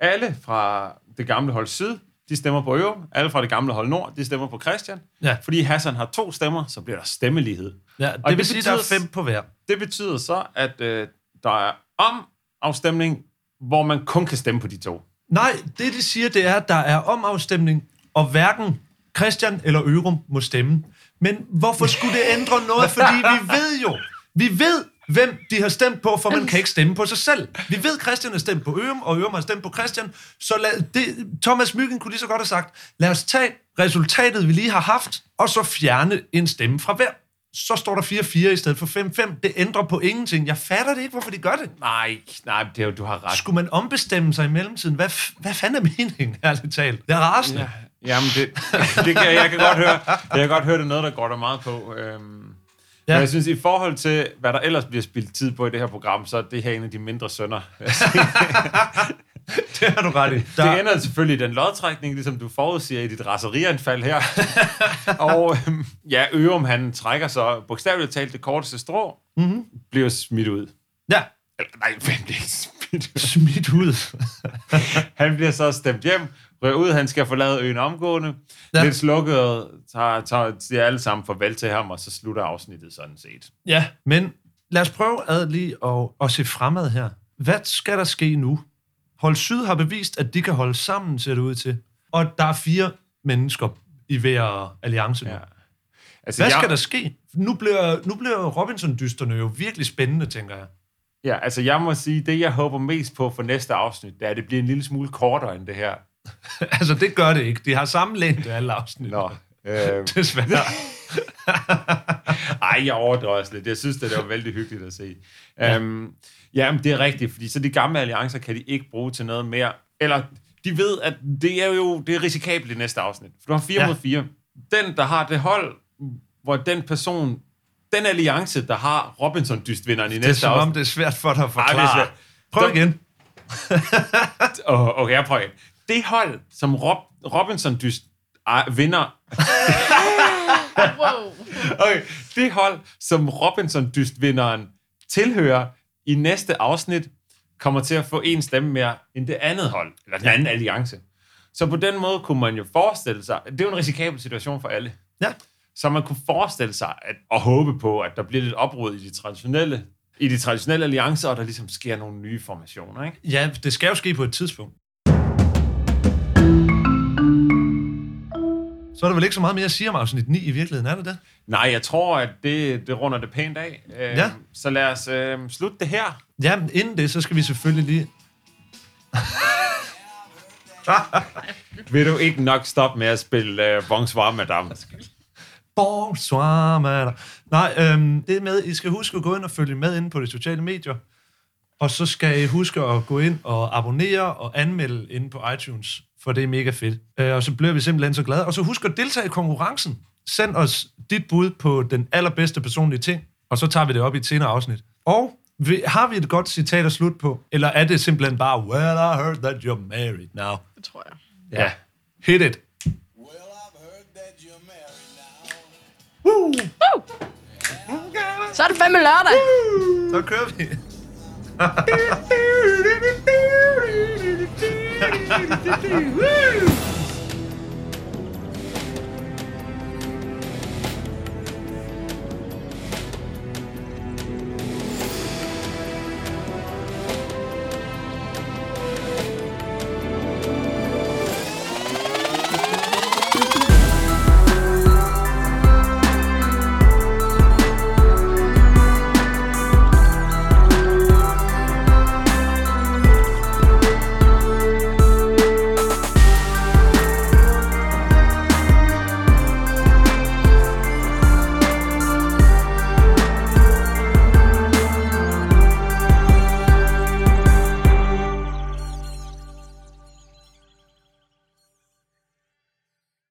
A: alle fra det gamle hold syd, de stemmer på Ørum. Alle fra det gamle hold nord, de stemmer på Christian.
B: Ja.
A: Fordi Hassan har to stemmer, så bliver der stemmelighed.
B: Ja, det,
A: Og
B: det
A: det
B: vil sige, der er
A: betyder-
B: fem på hver.
A: Det betyder så, at øh, der er om afstemning, hvor man kun kan stemme på de to.
B: Nej, det de siger, det er, at der er omafstemning, og hverken Christian eller Ørum må stemme. Men hvorfor skulle det ændre noget? Fordi vi ved jo, vi ved, hvem de har stemt på, for man kan ikke stemme på sig selv. Vi ved, Christian har stemt på Ørum, og Ørum har stemt på Christian. Så lad, det, Thomas Myggen kunne lige så godt have sagt, lad os tage resultatet, vi lige har haft, og så fjerne en stemme fra hver. Så står der 4-4 i stedet for 5-5. Det ændrer på ingenting. Jeg fatter det ikke, hvorfor de gør det.
A: Nej, nej, det er jo, du har ret.
B: Skulle man ombestemme sig i mellemtiden? Hvad, f- hvad fanden er meningen, [laughs] ærligt talt? Det er rasende. Ja.
A: Jamen, det, [laughs] det kan, jeg kan godt høre. Jeg kan godt høre, det er noget, der går der meget på. Øhm, ja.
B: Ja.
A: Men jeg synes, i forhold til, hvad der ellers bliver spildt tid på i det her program, så er det her en af de mindre sønder.
B: Det har du ret i.
A: Der...
B: Der,
A: Det ender selvfølgelig i den lodtrækning, ligesom du forudsiger i dit raserianfald
B: [laughs]
A: her. og øhm, ja, Ørum, han trækker så bogstaveligt talt det korteste strå,
B: Mhm.
A: mm-hmm. bliver smidt ud.
B: ja.
A: Eller, nej, [laughs] hvem bliver ikke smidt ud?
B: Smidt ud.
A: Han bliver så stemt hjem, rører ud, han skal forlade øen omgående.
B: Ja.
A: Ja. Lidt slukket, tager, tager, siger alle sammen farvel til ham, og så slutter afsnittet sådan set.
B: ja, men lad os prøve ad lige at, at se fremad her. Hvad skal der ske nu? Hold Syd har bevist, at de kan holde sammen, ser det ud til. Og der er fire mennesker i hver alliance nu. Ja.
A: Ja. Altså,
B: Hvad
A: jeg,
B: skal der ske? Nu bliver, nu bliver Robinson-dysterne jo virkelig spændende, tænker jeg. [laughs]
A: Ja, altså jeg må sige, det jeg håber mest på for næste afsnit, det er, at det bliver en lille smule kortere end det her.
B: altså, det gør det ikke. De har samme længde alle afsnit. [laughs]
A: Nå, øh,
B: Desværre.
A: Ej, jeg overdrøjer også lidt. Jeg synes, det var vældig hyggeligt at se. Ja. Øhm, jamen, det er rigtigt, fordi så de gamle alliancer kan de ikke bruge til noget mere. Eller de ved, at det er jo det er risikabelt i næste afsnit. For du har 4
B: Ja.
A: ja. mod 4. Den, der har det hold, hvor den person, den alliance, der har Robinson-dystvinderen i
B: Det er
A: næste
B: som om,
A: afsnit.
B: det er svært for dig at
A: Ej, det
B: forklare.
A: er
B: Ej,
A: svært.
B: Prøv
A: Der-
B: igen.
A: Åh, okay, jeg prøver igen. Det hold, som Rob, Robinson-dyst ej, vinder
C: Wow.
A: Okay, det hold, som Robinson-dystvinderen tilhører i næste afsnit, kommer til at få en stemme mere end det andet hold, eller den anden alliance. Så på den måde kunne man jo forestille sig, det er jo en risikabel situation for alle,
B: Ja.
A: så man kunne forestille sig at, og håbe på, at der bliver lidt oprod i de traditionelle i de traditionelle alliancer, og der ligesom sker nogle nye formationer, ikke?
B: Ja, det skal jo ske på et tidspunkt. Så er der vel ikke så meget mere at sige om afsnit 9 i virkeligheden, er det det?
A: Nej, jeg tror, at det, det runder det pænt af. Øh,
B: Ja.
A: Så lad os øh, slutte det her.
B: Ja, men inden det, så skal vi selvfølgelig lige...
A: Vil du ikke nok stoppe med at spille øh, Bonsoir, madame?
B: Bonsoir, madame. Nej, øhm, det er med, I skal huske at gå ind og følge med inde på de sociale medier. Og så skal I huske at gå ind og abonnere og anmelde inde på iTunes, for det er mega fedt. Øh, og så bliver vi simpelthen så glade. Og så husk at deltage i konkurrencen. Send os dit bud på den allerbedste personlige ting, og så tager vi det op i et senere afsnit. Og vi- har vi et godt citat at slutte på? Eller er det simpelthen bare, well, I heard that you're married now.
C: Det tror jeg.
B: Ja. Hit it.
I: Well, I've heard that you're married now.
C: Så er det fandme lørdag.
B: Så kører vi.